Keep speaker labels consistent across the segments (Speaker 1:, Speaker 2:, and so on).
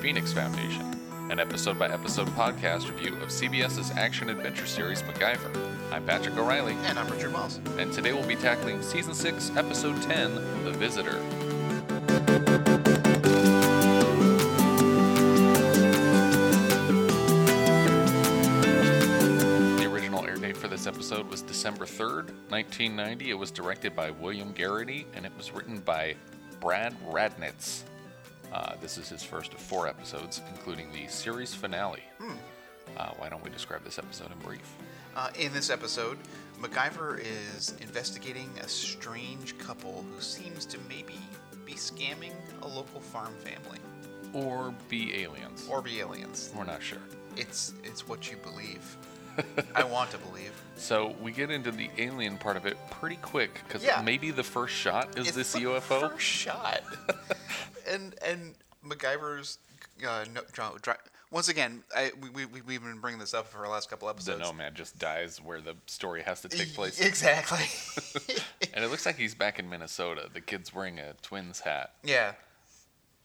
Speaker 1: Phoenix Foundation, an episode by episode podcast review of CBS's action adventure series MacGyver. I'm Patrick O'Reilly,
Speaker 2: And I'm Richard Walls.
Speaker 1: and today we'll be tackling Season 6, Episode 10 The Visitor. The original air date for this episode was December 3rd, 1990. It was directed by William Garrity and it was written by Brad Radnitz. Uh, this is his first of four episodes, including the series finale. Uh, why don't we describe this episode in brief?
Speaker 2: Uh, in this episode, MacGyver is investigating a strange couple who seems to maybe be scamming a local farm family
Speaker 1: Or be aliens.
Speaker 2: or be aliens.
Speaker 1: We're not sure.
Speaker 2: It's it's what you believe. I want to believe.
Speaker 1: So we get into the alien part of it pretty quick because
Speaker 2: Yeah.
Speaker 1: maybe the first shot is
Speaker 2: It's
Speaker 1: this
Speaker 2: the
Speaker 1: UFO.
Speaker 2: First shot. and and MacGyver's uh, no, dra- dra- once again, I, we, we, we- we've been bringing this up for our last couple
Speaker 1: The
Speaker 2: episodes.
Speaker 1: nomad just dies where the story has to take place.
Speaker 2: Exactly.
Speaker 1: and it looks like he's back in Minnesota. The kid's wearing a twins hat,
Speaker 2: yeah.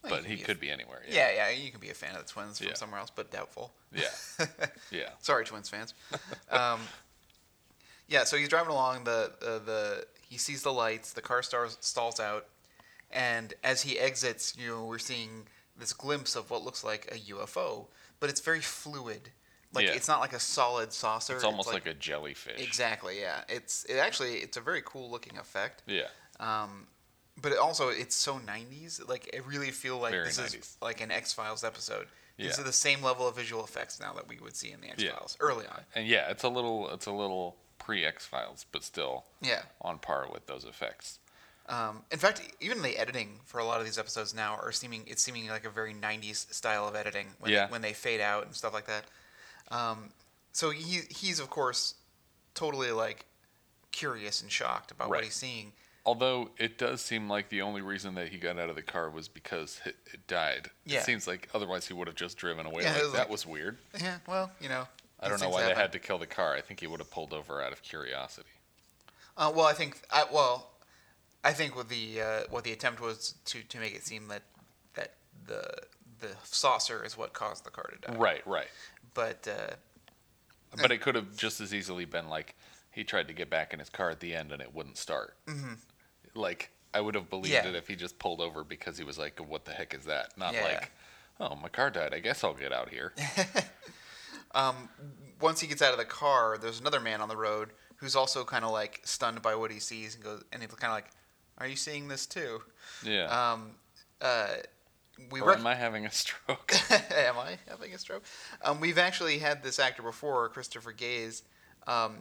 Speaker 2: Well,
Speaker 1: but he
Speaker 2: a-
Speaker 1: could be anywhere.
Speaker 2: Yeah, yeah, you can be a fan of the Twins from
Speaker 1: Yeah.
Speaker 2: somewhere else, but doubtful.
Speaker 1: Yeah. Yeah.
Speaker 2: Sorry, Twins fans. um, yeah, so he's driving along. The uh, the he sees the lights. The car stars, stalls out, and as he exits, you know, we're seeing this glimpse of what looks like a UFO, but it's very fluid. Like
Speaker 1: Yeah.
Speaker 2: it's not like a solid saucer.
Speaker 1: It's almost like, a jellyfish.
Speaker 2: exactly. Yeah, it's it actually it's a very cool looking effect.
Speaker 1: Yeah.
Speaker 2: Um, but it also, it's so 90s. Like, I really feel like
Speaker 1: Very
Speaker 2: this
Speaker 1: 90s.
Speaker 2: is like an X Files episode. These
Speaker 1: Yeah.
Speaker 2: are the same level of visual effects now that we would see in the X
Speaker 1: Yeah.
Speaker 2: Files early on.
Speaker 1: And yeah, it's a little it's a little pre X Files, but still
Speaker 2: Yeah.
Speaker 1: on par with those effects.
Speaker 2: Um, in fact, even the editing for a lot of these episodes now are seeming it's seeming like a very 90s style of editing when,
Speaker 1: Yeah.
Speaker 2: they, when they fade out and stuff like that. Um, so he he's of course totally like curious and shocked about
Speaker 1: Right.
Speaker 2: what he's seeing.
Speaker 1: Although it does seem like the only reason that he got out of the car was because it, it died.
Speaker 2: Yeah.
Speaker 1: It seems like otherwise he would have just driven away.
Speaker 2: Yeah,
Speaker 1: like,
Speaker 2: it was
Speaker 1: that
Speaker 2: like-
Speaker 1: was weird.
Speaker 2: Yeah, well, you know.
Speaker 1: I don't
Speaker 2: these
Speaker 1: know
Speaker 2: things
Speaker 1: why they
Speaker 2: happen.
Speaker 1: had to kill the car. I think he would have pulled over out of curiosity.
Speaker 2: Uh, well, I think I, well, I think what the uh, what the attempt was to, to make it seem that that the the saucer is what caused the car to die.
Speaker 1: Right, right.
Speaker 2: But uh,
Speaker 1: But it could have just as easily been like he tried to get back in his car at the end and it wouldn't start. Mm-hmm. Like I would have believed
Speaker 2: Yeah.
Speaker 1: it if he just pulled over because he was like, "What the heck is that?" Not
Speaker 2: Yeah.
Speaker 1: like, "Oh, my car died. I guess I'll get out here."
Speaker 2: once he gets out of the car, there's another man on the road who's also kind of like stunned by what he sees and goes, and he's kind of like, "Are you seeing this too?"
Speaker 1: Yeah.
Speaker 2: Um, uh, we
Speaker 1: or
Speaker 2: rec-
Speaker 1: am I having a stroke?
Speaker 2: Am I having a stroke? Um, we've actually had this actor before, Christopher Gaze. Um,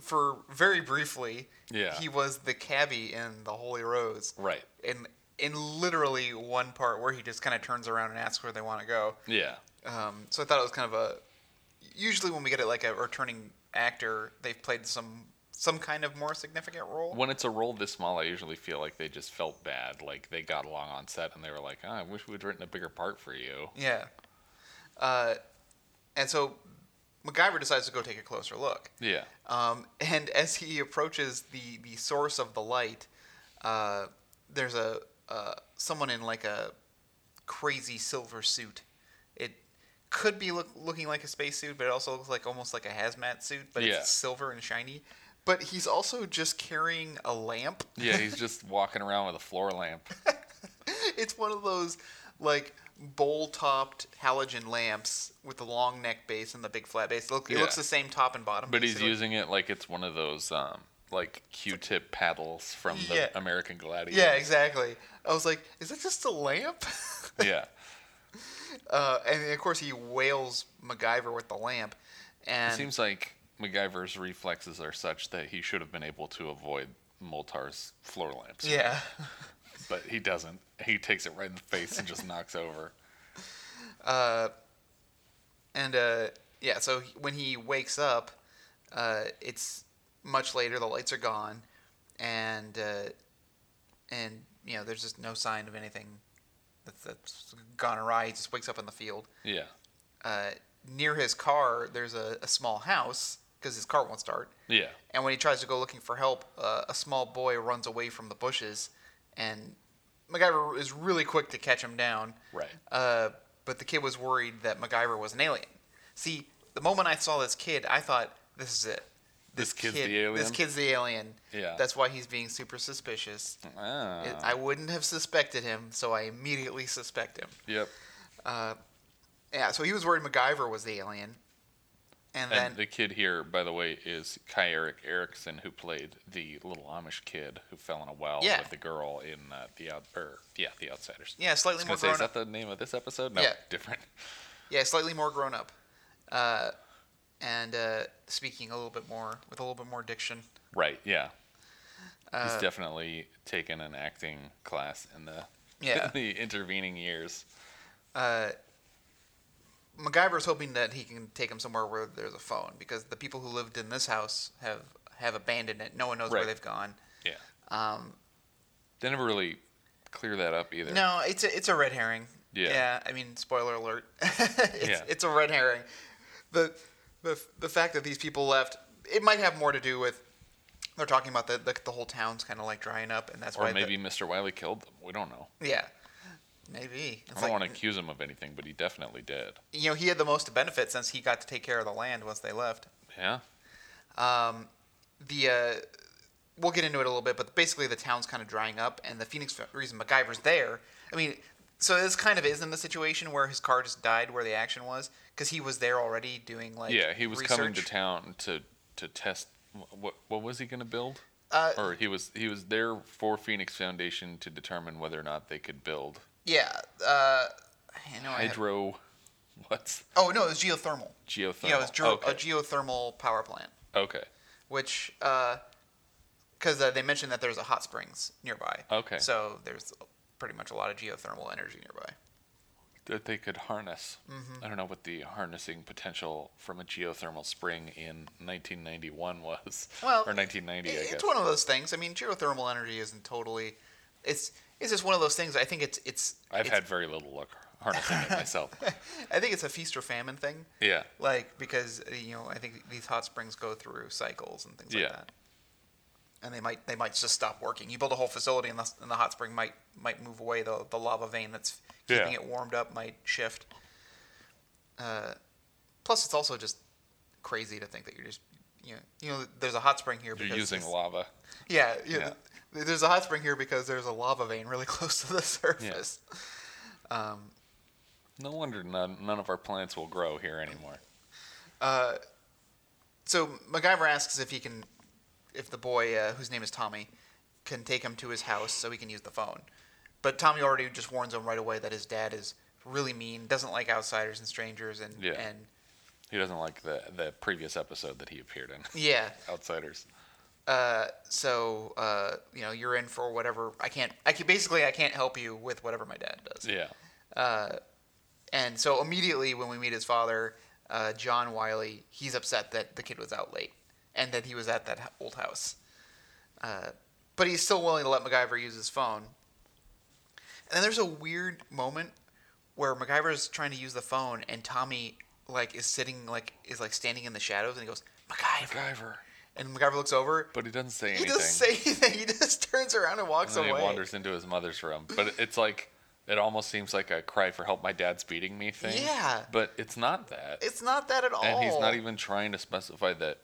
Speaker 2: for very briefly,
Speaker 1: Yeah.
Speaker 2: he was the cabbie in The Holy Rose.
Speaker 1: Right.
Speaker 2: In in literally one part where he just kind of turns around and asks where they want to go.
Speaker 1: yeah.
Speaker 2: Um, so I thought it was kind of a. Usually, when we get it like a returning actor, they've played some some kind of more significant role.
Speaker 1: When it's a role this small, I usually feel like they just felt bad. Like they got along on set and they were like, oh, "I wish we'd written a bigger part for you."
Speaker 2: Yeah. Uh, and so MacGyver decides to go take a closer look.
Speaker 1: Yeah.
Speaker 2: Um, and as he approaches the, the source of the light, uh, there's a uh, someone in like a crazy silver suit. It could be look, looking like a spacesuit, but it also looks like almost like a hazmat suit, but
Speaker 1: Yeah.
Speaker 2: it's silver and shiny. But he's also just carrying a lamp.
Speaker 1: Yeah. He's just walking around with a floor lamp.
Speaker 2: it's one of those like bowl topped halogen lamps with the long neck base and the big flat base. It, look, it
Speaker 1: Yeah.
Speaker 2: looks the same top and bottom.
Speaker 1: But he's
Speaker 2: basically.
Speaker 1: using it like it's one of those um, like Q-tip paddles from the
Speaker 2: Yeah.
Speaker 1: American Gladiator.
Speaker 2: Yeah, exactly. I was like, is that just a lamp?
Speaker 1: Yeah,
Speaker 2: uh, and of course, he wails MacGyver with the lamp.
Speaker 1: it
Speaker 2: And
Speaker 1: seems like MacGyver's reflexes are such that he should have been able to avoid Moltar's floor lamps.
Speaker 2: yeah,
Speaker 1: but he doesn't. He takes it right in the face and just knocks over.
Speaker 2: and uh, yeah. So he- when he wakes up, uh, it's much later. The lights are gone, and uh, and you know, there's just no sign of anything that's, that's gone awry. He just wakes up in the field.
Speaker 1: Yeah,
Speaker 2: Uh, near his car, there's a, a small house because his car won't start.
Speaker 1: yeah,
Speaker 2: And when he tries to go looking for help, uh, a small boy runs away from the bushes, and MacGyver is really quick to catch him down.
Speaker 1: right.
Speaker 2: Uh, but the kid was worried that MacGyver was an alien. See, the moment I saw this kid, I thought, "This is it.
Speaker 1: This kid's the alien?"
Speaker 2: This kid's the alien.
Speaker 1: Yeah.
Speaker 2: That's why he's being super suspicious.
Speaker 1: Ah,
Speaker 2: It- I wouldn't have suspected him, so I immediately suspect him.
Speaker 1: yep.
Speaker 2: Yeah. So he was worried MacGyver was the alien, and then
Speaker 1: and the kid here, by the way, is Kai Eric Erickson, who played the little Amish kid who fell in a well
Speaker 2: Yeah.
Speaker 1: with the girl in uh, the out or yeah, the Outsiders.
Speaker 2: yeah,
Speaker 1: I
Speaker 2: slightly
Speaker 1: was
Speaker 2: more
Speaker 1: gonna say,
Speaker 2: grown
Speaker 1: is
Speaker 2: up.
Speaker 1: that the name of this episode? No,
Speaker 2: Yeah.
Speaker 1: different.
Speaker 2: Yeah, slightly more grown up, uh, and uh, speaking a little bit more with a little bit more diction.
Speaker 1: Right. Yeah.
Speaker 2: Uh,
Speaker 1: He's definitely taken an acting class in the
Speaker 2: Yeah.
Speaker 1: in the intervening years.
Speaker 2: MacGyver's hoping that he can take him somewhere where there's a phone because the people who lived in this house have have abandoned it. No one knows where
Speaker 1: Right.
Speaker 2: they've gone.
Speaker 1: Yeah. Um, they never really clear that up either.
Speaker 2: No, it's a, it's a red herring.
Speaker 1: Yeah.
Speaker 2: Yeah. I mean, spoiler alert. it's,
Speaker 1: Yeah.
Speaker 2: it's a red herring. The, the the fact that these people left, it might have more to do with they're talking about the the, the whole town's kind of like drying up, and that's
Speaker 1: Or
Speaker 2: why. the-
Speaker 1: maybe Mr. Wiley killed them. We don't know.
Speaker 2: yeah. Maybe. It's
Speaker 1: I don't
Speaker 2: like-
Speaker 1: want to accuse him of anything, but he definitely did.
Speaker 2: you know, he had the most to benefit since he got to take care of the land once they left.
Speaker 1: Yeah.
Speaker 2: The uh, we'll get into it a little bit, but basically the town's kind of drying up, and the Phoenix reason MacGyver's there. I mean, so this kind of is in the situation where his car just died where the action was because he was there already doing like
Speaker 1: yeah, he was coming to
Speaker 2: research.
Speaker 1: town to to test wh- what what was he going to build?
Speaker 2: Uh,
Speaker 1: or he was he was there for Phoenix Foundation to determine whether or not they could build
Speaker 2: yeah, uh, I know I have-
Speaker 1: hydro what's
Speaker 2: oh no, it was geothermal.
Speaker 1: geothermal.
Speaker 2: Yeah, it was geo-
Speaker 1: okay.
Speaker 2: a geothermal power plant,
Speaker 1: okay.
Speaker 2: which because uh, they mentioned that there's a hot springs nearby.
Speaker 1: Okay.
Speaker 2: so there's pretty much a lot of geothermal energy nearby.
Speaker 1: that they could harness.
Speaker 2: Mm-hmm.
Speaker 1: I don't know what the harnessing potential from a geothermal spring in 1991 was,
Speaker 2: Well,
Speaker 1: or 1990,
Speaker 2: it-
Speaker 1: I guess.
Speaker 2: It's one of those things. I mean, geothermal energy isn't totally. It's it's just one of those things. I think it's it's.
Speaker 1: I've
Speaker 2: it's-
Speaker 1: had very little luck harnessing it myself.
Speaker 2: I think it's a feast or famine thing.
Speaker 1: Yeah,
Speaker 2: Like because uh, you know I think these hot springs go through cycles and things
Speaker 1: Yeah.
Speaker 2: like that. And they might they might just stop working. You build a whole facility and the, and the hot spring might might move away. The the lava vein that's keeping
Speaker 1: Yeah.
Speaker 2: it warmed up might shift. Uh, plus, it's also just crazy to think that you're just you know, you know there's a hot spring here
Speaker 1: you're
Speaker 2: because
Speaker 1: using
Speaker 2: it's-
Speaker 1: lava.
Speaker 2: Yeah, yeah.
Speaker 1: Yeah.
Speaker 2: th- There's a hot spring here because there's a lava vein really close to the surface.
Speaker 1: No wonder none, none of our plants will grow here anymore.
Speaker 2: So MacGyver asks if he can, if the boy uh, whose name is Tommy, can take him to his house so he can use the phone. But Tommy already just warns him right away that his dad is really mean, doesn't like outsiders and strangers, and
Speaker 1: Yeah.
Speaker 2: and
Speaker 1: He doesn't like the the previous episode that he appeared in,
Speaker 2: yeah.
Speaker 1: Outsiders.
Speaker 2: So uh, you know you're in for whatever. I can't. I can, basically I can't help you with whatever my dad does.
Speaker 1: Yeah,
Speaker 2: And so immediately when we meet his father, uh, John Wiley, he's upset that the kid was out late and that he was at that h- old house. Uh, but he's still willing to let MacGyver use his phone. And then there's a weird moment where MacGyver's trying to use the phone and Tommy like is sitting like is like standing in the shadows and he goes MacGyver
Speaker 1: MacGyver,
Speaker 2: and MacGyver looks over.
Speaker 1: but he doesn't say
Speaker 2: He
Speaker 1: anything.
Speaker 2: doesn't say anything. He just turns around and walks
Speaker 1: and then
Speaker 2: away.
Speaker 1: he wanders into his mother's room. But it's like it almost seems like a cry for help. My dad's beating me thing.
Speaker 2: Yeah.
Speaker 1: but it's not that.
Speaker 2: It's not that at all.
Speaker 1: and he's not even trying to specify that.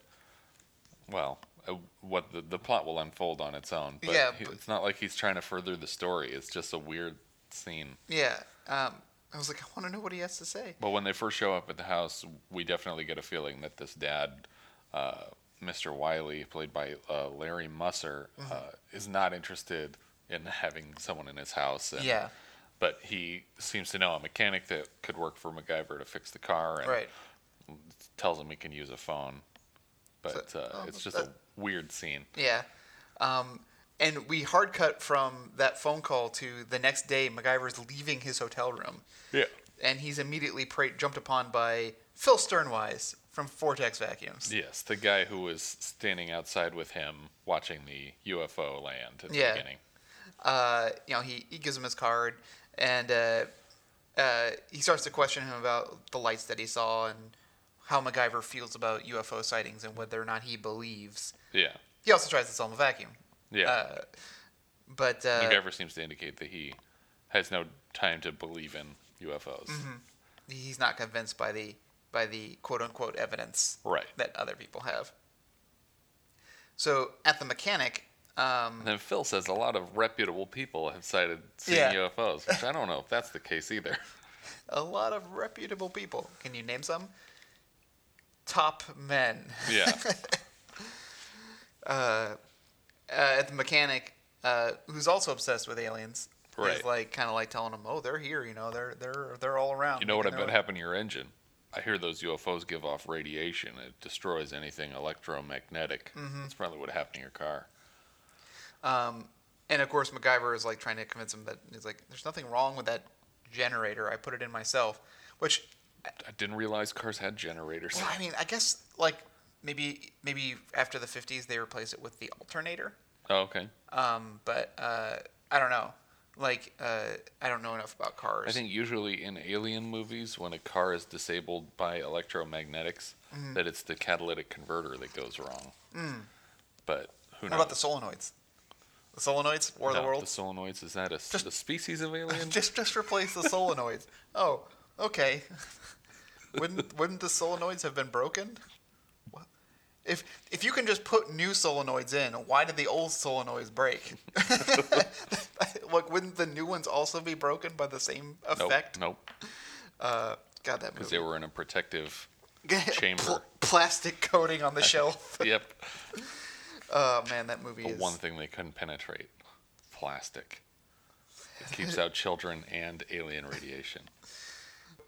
Speaker 1: Well, uh, what the, the plot will unfold on its own. But
Speaker 2: Yeah,
Speaker 1: he-
Speaker 2: but-
Speaker 1: it's not like he's trying to further the story. It's just a weird scene.
Speaker 2: Yeah. Um, I was like, I want to know what he has to say.
Speaker 1: But when they first show up at the house, we definitely get a feeling that this dad, uh, Mr. Wiley, played by uh, Larry Musser, uh,
Speaker 2: Mm-hmm.
Speaker 1: is not interested in having someone in his house. And,
Speaker 2: Yeah.
Speaker 1: But he seems to know a mechanic that could work for MacGyver to fix the car. And
Speaker 2: Right.
Speaker 1: tells him he can use a phone, but
Speaker 2: So-
Speaker 1: uh,
Speaker 2: oh,
Speaker 1: it's just
Speaker 2: that-
Speaker 1: a weird scene.
Speaker 2: Yeah. Um, and we hard cut from that phone call to the next day. MacGyver's leaving his hotel room,
Speaker 1: Yeah,
Speaker 2: and he's immediately pra- jumped upon by Phil Sternwise from Vortex Vacuums.
Speaker 1: yes, the guy who was standing outside with him watching the UFO land at
Speaker 2: Yeah.
Speaker 1: the beginning.
Speaker 2: Uh, you know, he, he gives him his card, and uh, uh, he starts to question him about the lights that he saw and how MacGyver feels about UFO sightings and whether or not he believes.
Speaker 1: Yeah,
Speaker 2: He also tries to sell him a vacuum.
Speaker 1: yeah.
Speaker 2: Uh, but uh, Mm-hmm.
Speaker 1: MacGyver seems to indicate that he has no time to believe in UFOs.
Speaker 2: he's not convinced by the by the quote unquote evidence
Speaker 1: Right.
Speaker 2: that other people have. So at the mechanic, um,
Speaker 1: And then Phil says a lot of reputable people have cited seeing
Speaker 2: Yeah.
Speaker 1: UFOs, which I don't know if that's the case either.
Speaker 2: a lot of reputable people. Can you name some? Top men.
Speaker 1: Yeah.
Speaker 2: uh, at the mechanic, uh, who's also obsessed with aliens.
Speaker 1: Right.
Speaker 2: Is like kind of like telling them, "Oh, they're here. You know, they're they're they're all around."
Speaker 1: You know what I
Speaker 2: making
Speaker 1: bet
Speaker 2: their
Speaker 1: happened to your engine? I hear those UFOs give off radiation. It destroys anything electromagnetic.
Speaker 2: Mm-hmm.
Speaker 1: That's probably what happened to your car.
Speaker 2: own-" Um, and of course, MacGyver is like trying to convince him that he's like, "There's nothing wrong with that generator. I put it in myself." Which,
Speaker 1: I didn't realize cars had generators.
Speaker 2: well, I mean, I guess like maybe maybe after the 50s they replaced it with the alternator.
Speaker 1: Oh, okay.
Speaker 2: Um, but uh, I don't know. Like uh, I don't know enough about cars.
Speaker 1: I think usually in alien movies, when a car is disabled by electromagnetics,
Speaker 2: Mm-hmm.
Speaker 1: that it's the catalytic converter that goes wrong. But who
Speaker 2: Mm. What
Speaker 1: knows?
Speaker 2: about the solenoids? The solenoids, War of
Speaker 1: No,
Speaker 2: the Worlds.
Speaker 1: The solenoids is that a, s- a species of alien?
Speaker 2: just just replace the solenoids. Oh, okay. wouldn't wouldn't the solenoids have been broken? What? If if you can just put new solenoids in, why did the old solenoids break? like, wouldn't the new ones also be broken by the same
Speaker 1: nope.
Speaker 2: effect?
Speaker 1: Nope.
Speaker 2: Uh, God, that
Speaker 1: Because
Speaker 2: movie.
Speaker 1: they were in a protective. chamber.
Speaker 2: plastic coating on the shelf.
Speaker 1: yep.
Speaker 2: Oh man, that movie
Speaker 1: The
Speaker 2: is.
Speaker 1: one thing they couldn't penetrate plastic. It keeps out children and alien radiation.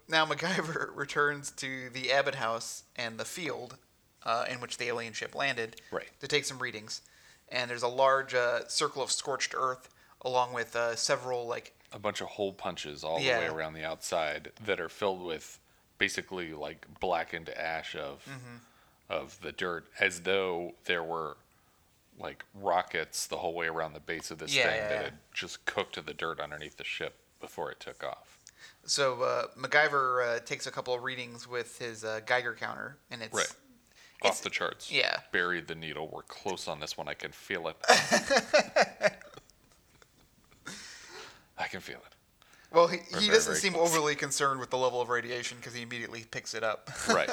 Speaker 2: Now MacGyver returns to the Abbott house and the field uh, in which the alien ship landed
Speaker 1: Right.
Speaker 2: to take some readings. And there's a large uh, circle of scorched earth along with uh, several, like,
Speaker 1: A bunch of hole punches all the way
Speaker 2: Yeah.
Speaker 1: around the outside that are filled with basically like blackened ash of
Speaker 2: Mm-hmm.
Speaker 1: of the dirt, as though there were like rockets the whole way around the base of this
Speaker 2: Yeah,
Speaker 1: thing
Speaker 2: yeah,
Speaker 1: that
Speaker 2: yeah.
Speaker 1: had just cooked the dirt underneath the ship before it took off.
Speaker 2: so uh, MacGyver uh, takes a couple of readings with his uh, Geiger counter, and it's
Speaker 1: Right.
Speaker 2: It's-
Speaker 1: Off the charts.
Speaker 2: yeah.
Speaker 1: Buried the needle. We're close on this one. I can feel it. I can feel it.
Speaker 2: well, he,
Speaker 1: We're
Speaker 2: he
Speaker 1: very,
Speaker 2: doesn't
Speaker 1: very
Speaker 2: seem
Speaker 1: close.
Speaker 2: overly concerned with the level of radiation because he immediately picks it up.
Speaker 1: Right.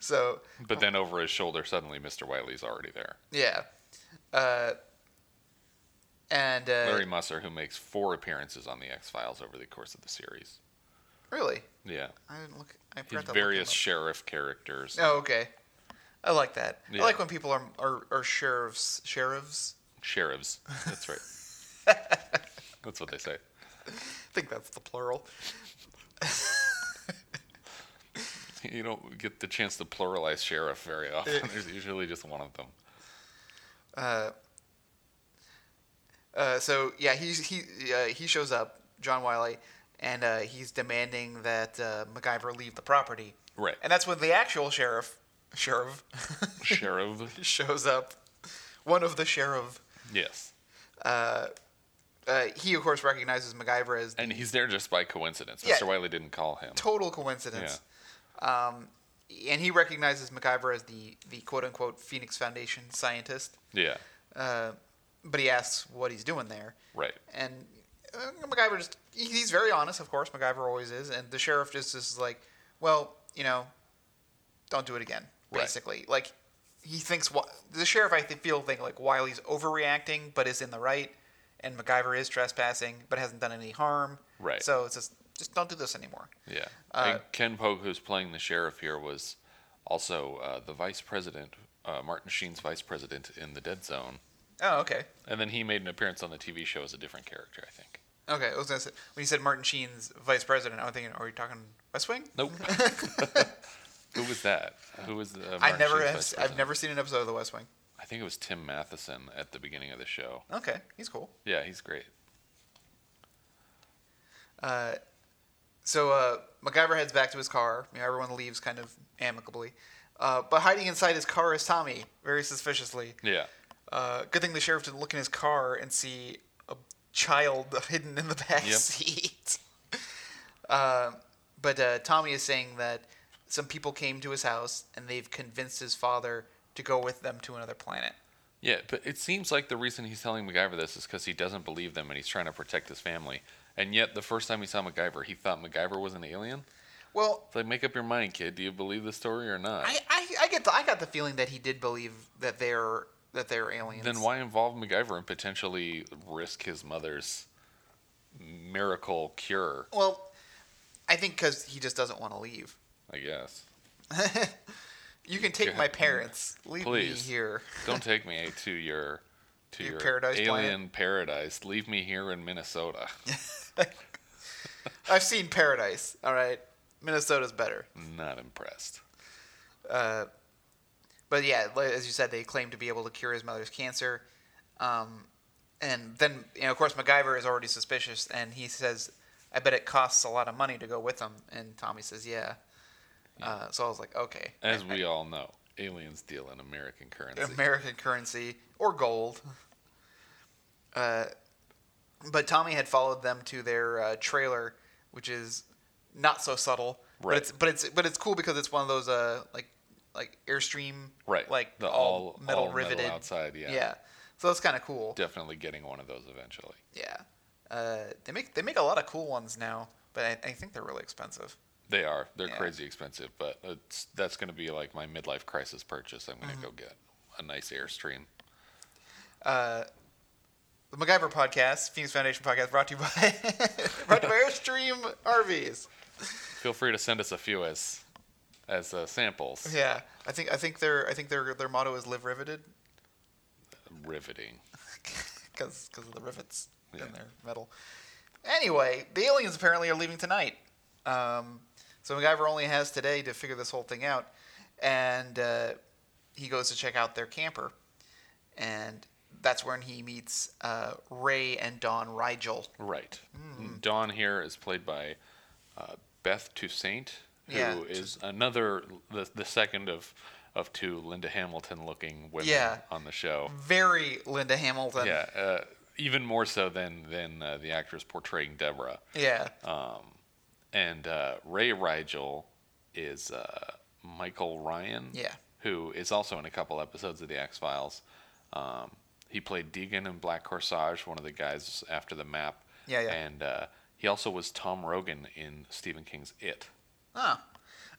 Speaker 2: so
Speaker 1: But then over his shoulder, suddenly Mr. Wiley's already there.
Speaker 2: yeah, uh, and uh,
Speaker 1: Larry Musser, who makes four appearances on the X Files over the course of the series.
Speaker 2: really,
Speaker 1: Yeah.
Speaker 2: I didn't look. I forgot
Speaker 1: His
Speaker 2: to look him
Speaker 1: various
Speaker 2: up.
Speaker 1: sheriff characters.
Speaker 2: Oh, okay. I like that.
Speaker 1: Yeah.
Speaker 2: I like when people are, are are sheriffs. Sheriffs.
Speaker 1: Sheriffs. That's right. That's what they say.
Speaker 2: I think that's the plural.
Speaker 1: You don't get the chance to pluralize sheriff very often. There's usually just one of them.
Speaker 2: Uh, so yeah, he's he uh, he shows up, John Wiley, and uh, he's demanding that uh, MacGyver leave the property.
Speaker 1: Right.
Speaker 2: And that's when the actual sheriff, sheriff,
Speaker 1: Sheriff.
Speaker 2: shows up. One of the sheriff.
Speaker 1: Yes.
Speaker 2: Uh, he of course recognizes MacGyver as
Speaker 1: And he's there just by coincidence.
Speaker 2: Yeah.
Speaker 1: Mr. Wiley didn't call him.
Speaker 2: total coincidence. Um, and he recognizes MacGyver as the the quote unquote Phoenix Foundation scientist.
Speaker 1: Yeah.
Speaker 2: Uh, but he asks what he's doing there.
Speaker 1: Right.
Speaker 2: And uh, MacGyver just, he- he's very honest, of course, MacGyver always is. And the sheriff just is like, well, you know, don't do it again,
Speaker 1: Right.
Speaker 2: basically. Like, he thinks, Wi- the sheriff, I th- feel, think like Wiley's overreacting, but is in the right. And MacGyver is trespassing, but hasn't done any harm.
Speaker 1: Right.
Speaker 2: So it's just, just don't do this anymore.
Speaker 1: Yeah.
Speaker 2: Uh,
Speaker 1: and Ken Pogue, who's playing the sheriff here, was also uh, the vice president, uh, Martin Sheen's vice president in The Dead Zone.
Speaker 2: Oh, okay.
Speaker 1: And then he made an appearance on the TV show as a different character, I think.
Speaker 2: Okay, I was gonna say, when you said Martin Sheen's vice president, I was thinking, are you talking West Wing?
Speaker 1: Nope. Who was that? Who was the. Uh,
Speaker 2: I
Speaker 1: Martin
Speaker 2: never
Speaker 1: Sheen's
Speaker 2: have,
Speaker 1: vice
Speaker 2: I've
Speaker 1: president?
Speaker 2: never seen an episode of The West Wing.
Speaker 1: I think it was Tim Matheson at the beginning of the show.
Speaker 2: Okay, he's cool.
Speaker 1: Yeah, he's great.
Speaker 2: Uh, so uh, MacGyver heads back to his car. You know, everyone leaves kind of amicably. Uh, but hiding inside his car is Tommy, very suspiciously.
Speaker 1: Yeah.
Speaker 2: Uh, good thing the sheriff didn't look in his car and see a child hidden in the back
Speaker 1: Yep.
Speaker 2: seat. Uh, but uh, Tommy is saying that some people came to his house and they've convinced his father to go with them to another planet.
Speaker 1: Yeah, but it seems like the reason he's telling MacGyver this is because he doesn't believe them and he's trying to protect his family. And yet, the first time he saw MacGyver, he thought MacGyver was an alien.
Speaker 2: Well,
Speaker 1: It's like, make up your mind, kid. Do you believe the story or not?
Speaker 2: I, I, I get the, I got the feeling that he did believe that they're that they're aliens.
Speaker 1: then why involve MacGyver and potentially risk his mother's miracle cure?
Speaker 2: Well, I think because he just doesn't want to leave.
Speaker 1: I guess.
Speaker 2: You can take
Speaker 1: Yeah.
Speaker 2: my parents. Leave
Speaker 1: Please.
Speaker 2: me here.
Speaker 1: Don't take me to your to
Speaker 2: Your
Speaker 1: your,
Speaker 2: paradise
Speaker 1: alien
Speaker 2: planet?
Speaker 1: paradise. Leave me here in Minnesota.
Speaker 2: I've seen paradise. All right, Minnesota's better.
Speaker 1: Not impressed.
Speaker 2: But yeah, li- as you said, they claim to be able to cure his mother's cancer. Um, and then, you know, of course, MacGyver is already suspicious, and he says, "I bet it costs a lot of money to go with them." And Tommy says, "Yeah." Uh, so I was like, "Okay."
Speaker 1: As we all know, aliens deal in American currency.
Speaker 2: American currency or gold. Uh, but Tommy had followed them to their uh, trailer, which is not so subtle. But
Speaker 1: Right.
Speaker 2: it's but it's but it's cool because it's one of those uh like like airstream
Speaker 1: Right.
Speaker 2: like
Speaker 1: The
Speaker 2: all,
Speaker 1: all-
Speaker 2: metal
Speaker 1: all metal
Speaker 2: riveted
Speaker 1: outside, yeah.
Speaker 2: yeah. So that's kind of cool.
Speaker 1: Definitely getting one of those eventually.
Speaker 2: Yeah. Uh, they make they make a lot of cool ones now, but I, I think they're really expensive.
Speaker 1: They are. They're
Speaker 2: Yeah.
Speaker 1: crazy expensive, but it's, that's going to be like my midlife crisis purchase. I'm going
Speaker 2: Mm-hmm.
Speaker 1: to go get a nice Airstream.
Speaker 2: Uh, The MacGyver podcast, Phoenix Foundation podcast, brought to you by brought to you by Airstream RVs.
Speaker 1: Feel free to send us a few as as uh, samples.
Speaker 2: Yeah, I think I think their I think their their motto is live riveted,
Speaker 1: Riveting.
Speaker 2: because of the rivets
Speaker 1: Yeah.
Speaker 2: in their metal. Anyway, the aliens apparently are leaving tonight, um, so MacGyver only has today to figure this whole thing out, and uh, he goes to check out their camper, and that's when he meets uh, Ray and Don Rigel.
Speaker 1: Right.
Speaker 2: Hmm.
Speaker 1: Dawn here is played by uh, Beth Toussaint, who is
Speaker 2: Yeah,
Speaker 1: another the, the second of of two Linda Hamilton looking women
Speaker 2: Yeah.
Speaker 1: on the show.
Speaker 2: Very Linda Hamilton.
Speaker 1: Yeah, uh, even more so than than uh, the actress portraying Deborah.
Speaker 2: Yeah.
Speaker 1: Uh. And uh, Ray Rigel is uh, Michael Ryan.
Speaker 2: Yeah.
Speaker 1: Who is also in a couple episodes of the X Files. Um, he played Deegan in Black Corsage, one of the guys after the map.
Speaker 2: Yeah, yeah.
Speaker 1: And uh, he also was Tom Rogan in Stephen King's It.
Speaker 2: Huh.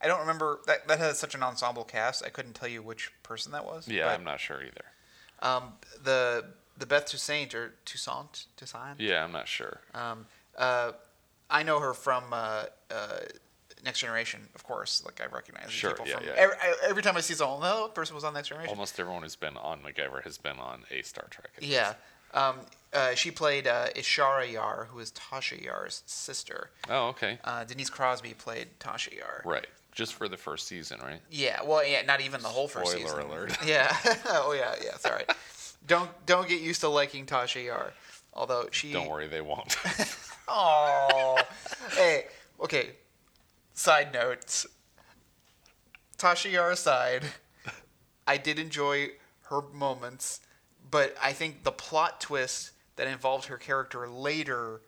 Speaker 2: I don't remember that. That has such an ensemble cast. I couldn't tell you which person that was.
Speaker 1: Yeah,
Speaker 2: but-
Speaker 1: I'm not sure either.
Speaker 2: Um, the the Beth Toussaint or Toussaint Toussaint.
Speaker 1: Yeah, I'm not sure.
Speaker 2: Um, uh, I know her from uh, uh, Next Generation, of course. Like I recognize
Speaker 1: Sure,
Speaker 2: people
Speaker 1: yeah,
Speaker 2: from
Speaker 1: yeah.
Speaker 2: Every, I, every time I see someone, oh, that person was on Next Generation.
Speaker 1: Almost everyone who's been on MacGyver has been on a Star Trek. at
Speaker 2: yeah.
Speaker 1: least.
Speaker 2: Um, uh, she played uh, Ishara Yar, who is Tasha Yar's sister.
Speaker 1: Oh, okay.
Speaker 2: Uh, Denise Crosby played Tasha Yar.
Speaker 1: Right. Just for the first season, right?
Speaker 2: Yeah, well, yeah, not even the whole first
Speaker 1: Spoiler
Speaker 2: season.
Speaker 1: alert.
Speaker 2: Yeah. oh yeah, yeah. Sorry. don't don't get used to liking Tasha Yar, although she.
Speaker 1: Don't worry, they won't.
Speaker 2: Oh, hey, okay. Side notes. Tasha Yar aside, I did enjoy her moments, but I think the plot twist that involved her character later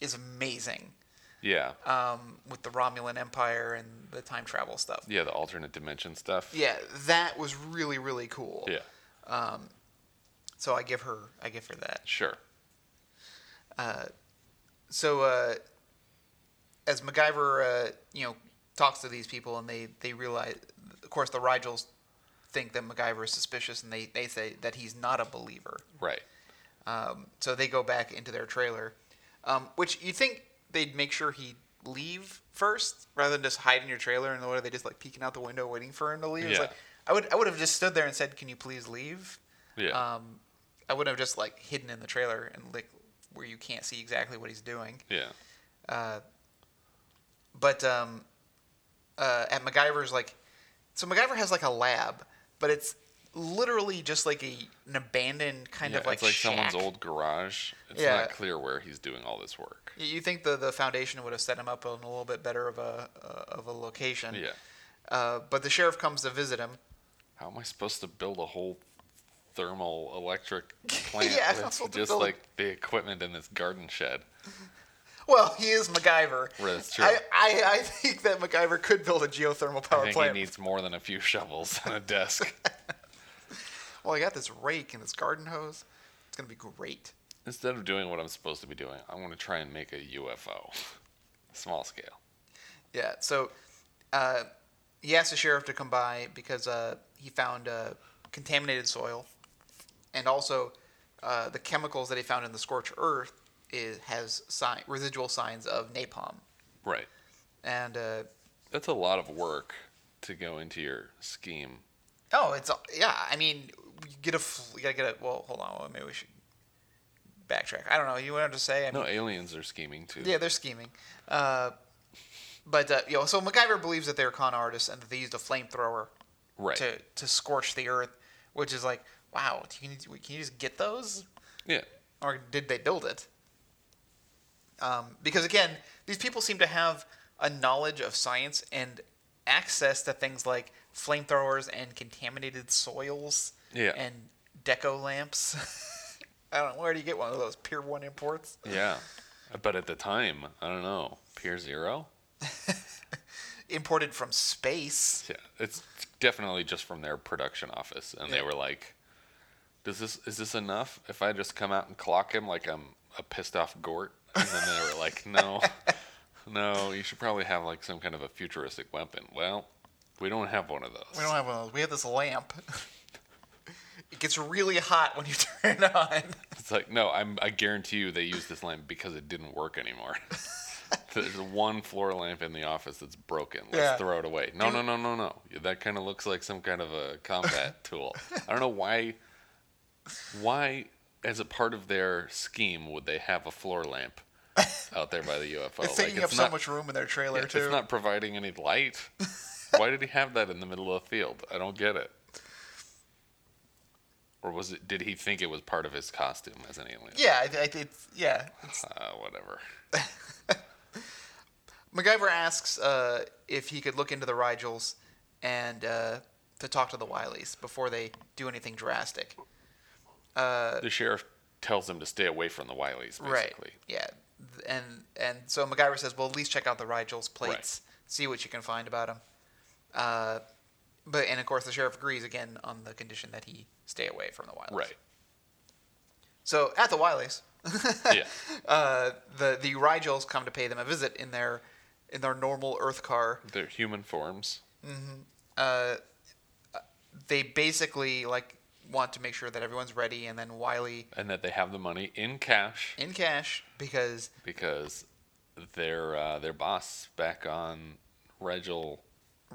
Speaker 2: is amazing.
Speaker 1: yeah.
Speaker 2: Um, with the Romulan Empire and the time travel stuff.
Speaker 1: yeah, the alternate dimension stuff.
Speaker 2: Yeah, that was really really cool.
Speaker 1: Yeah.
Speaker 2: So I give her I give her that.
Speaker 1: Sure.
Speaker 2: so uh, as MacGyver, uh, you know, talks to these people, and they they realize, of course, the Rigels think that MacGyver is suspicious, and they they say that he's not a believer.
Speaker 1: Right.
Speaker 2: Um, so they go back into their trailer, um, which you think they'd make sure he leave first rather than just hide in your trailer and what are they just like peeking out the window waiting for him to leave? It's
Speaker 1: Yeah.
Speaker 2: like, I would I would have just stood there and said, "Can you please leave?"
Speaker 1: Yeah.
Speaker 2: Um, I wouldn't have just like hidden in the trailer and like where you can't see exactly what he's doing.
Speaker 1: yeah.
Speaker 2: but um, uh, at MacGyver's like, so MacGyver has like a lab, but it's literally just like a an abandoned kind
Speaker 1: Yeah,
Speaker 2: of like
Speaker 1: it's like someone's
Speaker 2: shack.
Speaker 1: old garage. It's
Speaker 2: Yeah.
Speaker 1: not clear where he's doing all this work.
Speaker 2: You- You think the the foundation would have set him up on a little bit better of a uh, of a location?
Speaker 1: Yeah.
Speaker 2: Uh, but the sheriff comes to visit him.
Speaker 1: How am I supposed to build a whole thermal electric plant
Speaker 2: Yeah, I'm
Speaker 1: with
Speaker 2: supposed to
Speaker 1: just
Speaker 2: build-
Speaker 1: like the equipment in this garden shed?
Speaker 2: Well, he is MacGyver.
Speaker 1: Right, that's true.
Speaker 2: I, I, I think that MacGyver could build Oh, a geothermal
Speaker 1: I
Speaker 2: power
Speaker 1: think
Speaker 2: plant.
Speaker 1: he needs more than a few shovels and a desk.
Speaker 2: well, I got this rake and this garden hose. It's gonna be great.
Speaker 1: Instead of doing what I'm supposed to be doing, I'm going to try and make a UFO, small scale.
Speaker 2: Yeah. So Uh, he asked the sheriff to come by because uh, he found uh, contaminated soil, and also uh, the chemicals that he found in the scorched earth is, has sign, residual signs of napalm.
Speaker 1: Right.
Speaker 2: And uh,
Speaker 1: That's a lot of work to go into your scheme.
Speaker 2: oh, it's yeah. I mean, you get a fl- you gotta get a. Well, hold on. Well, maybe we should backtrack. I don't know. You wanted to say? I mean,
Speaker 1: No, aliens are scheming too.
Speaker 2: Yeah, they're scheming. Uh, but uh, you know, so MacGyver believes that they're con artists and that they used a flamethrower
Speaker 1: Right.
Speaker 2: to to scorch the earth, which is like, wow, can you, can you just get those,
Speaker 1: Yeah.
Speaker 2: or did they build it? Um, because again, these people seem to have a knowledge of science and access to things like flamethrowers and contaminated soils
Speaker 1: Yeah.
Speaker 2: and deco lamps. I don't know where do you get one of those Pier One imports.
Speaker 1: Yeah. But at the time, I don't know. Pier Zero?
Speaker 2: imported from space.
Speaker 1: Yeah. It's definitely just from their production office. And they
Speaker 2: Yeah.
Speaker 1: were like, Does this is this enough if I just come out and clock him like I'm a pissed off Gort? And then they were like, No. No, you should probably have like some kind of a futuristic weapon. Well, we don't have one of those.
Speaker 2: We don't have one of those. We have this lamp. it gets really hot when you turn it
Speaker 1: Oh,
Speaker 2: on.
Speaker 1: It's like, no, I'm, I guarantee you they used this lamp because it didn't work anymore. There's one floor lamp in the office that's broken. Let's
Speaker 2: Yeah.
Speaker 1: throw it away. No, no, no, no, no. That kind of looks like some kind of a combat tool. I don't know why. Why, as a part of their scheme, would they have a floor lamp out there by the UFO?
Speaker 2: It's taking up so
Speaker 1: not,
Speaker 2: much room in their trailer
Speaker 1: yeah,
Speaker 2: too.
Speaker 1: It's not providing any light. why did he have that in the middle of the field? I don't get it. Or was it? Did he think it was part of his costume as an alien?
Speaker 2: yeah, I, I, it's yeah. It's,
Speaker 1: Uh, whatever.
Speaker 2: MacGyver asks uh, if he could look into the Rigels and uh, to talk to the Wileys before they do anything drastic. Uh,
Speaker 1: the sheriff tells him to stay away from the Wileys, basically.
Speaker 2: Yeah. Th- And and so MacGyver says, well, at least check out the Rigel's plates, see what you can find about him. Uh, but and of course the sheriff agrees again on the condition that he stay away from the Wileys.
Speaker 1: Right.
Speaker 2: So at the Wileys,
Speaker 1: yeah.
Speaker 2: uh, the the Rigels come to pay them a visit in their in their normal Earth car.
Speaker 1: They're human forms.
Speaker 2: They basically like want to make sure that everyone's ready, and then Wiley
Speaker 1: And that they have the money in cash
Speaker 2: in cash because
Speaker 1: because their uh, their boss back on Rigel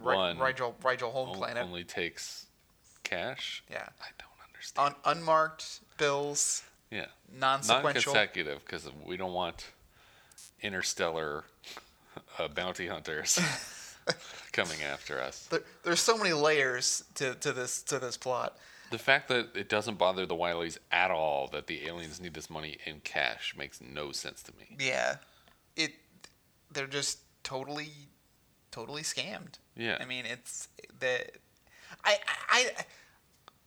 Speaker 2: Ri-
Speaker 1: One
Speaker 2: Rigel Rigel home
Speaker 1: on-
Speaker 2: planet
Speaker 1: only takes cash.
Speaker 2: Yeah.
Speaker 1: I don't understand.
Speaker 2: on unmarked bills.
Speaker 1: yeah.
Speaker 2: non-sequential.
Speaker 1: Non-consecutive because we don't want interstellar uh, bounty hunters coming after us.
Speaker 2: There, there's so many layers to, to this to this plot.
Speaker 1: The fact that it doesn't bother the Wileys at all that the aliens need this money in cash makes no sense to me.
Speaker 2: Yeah, it they're just totally totally scammed.
Speaker 1: Yeah.
Speaker 2: I mean it's the I I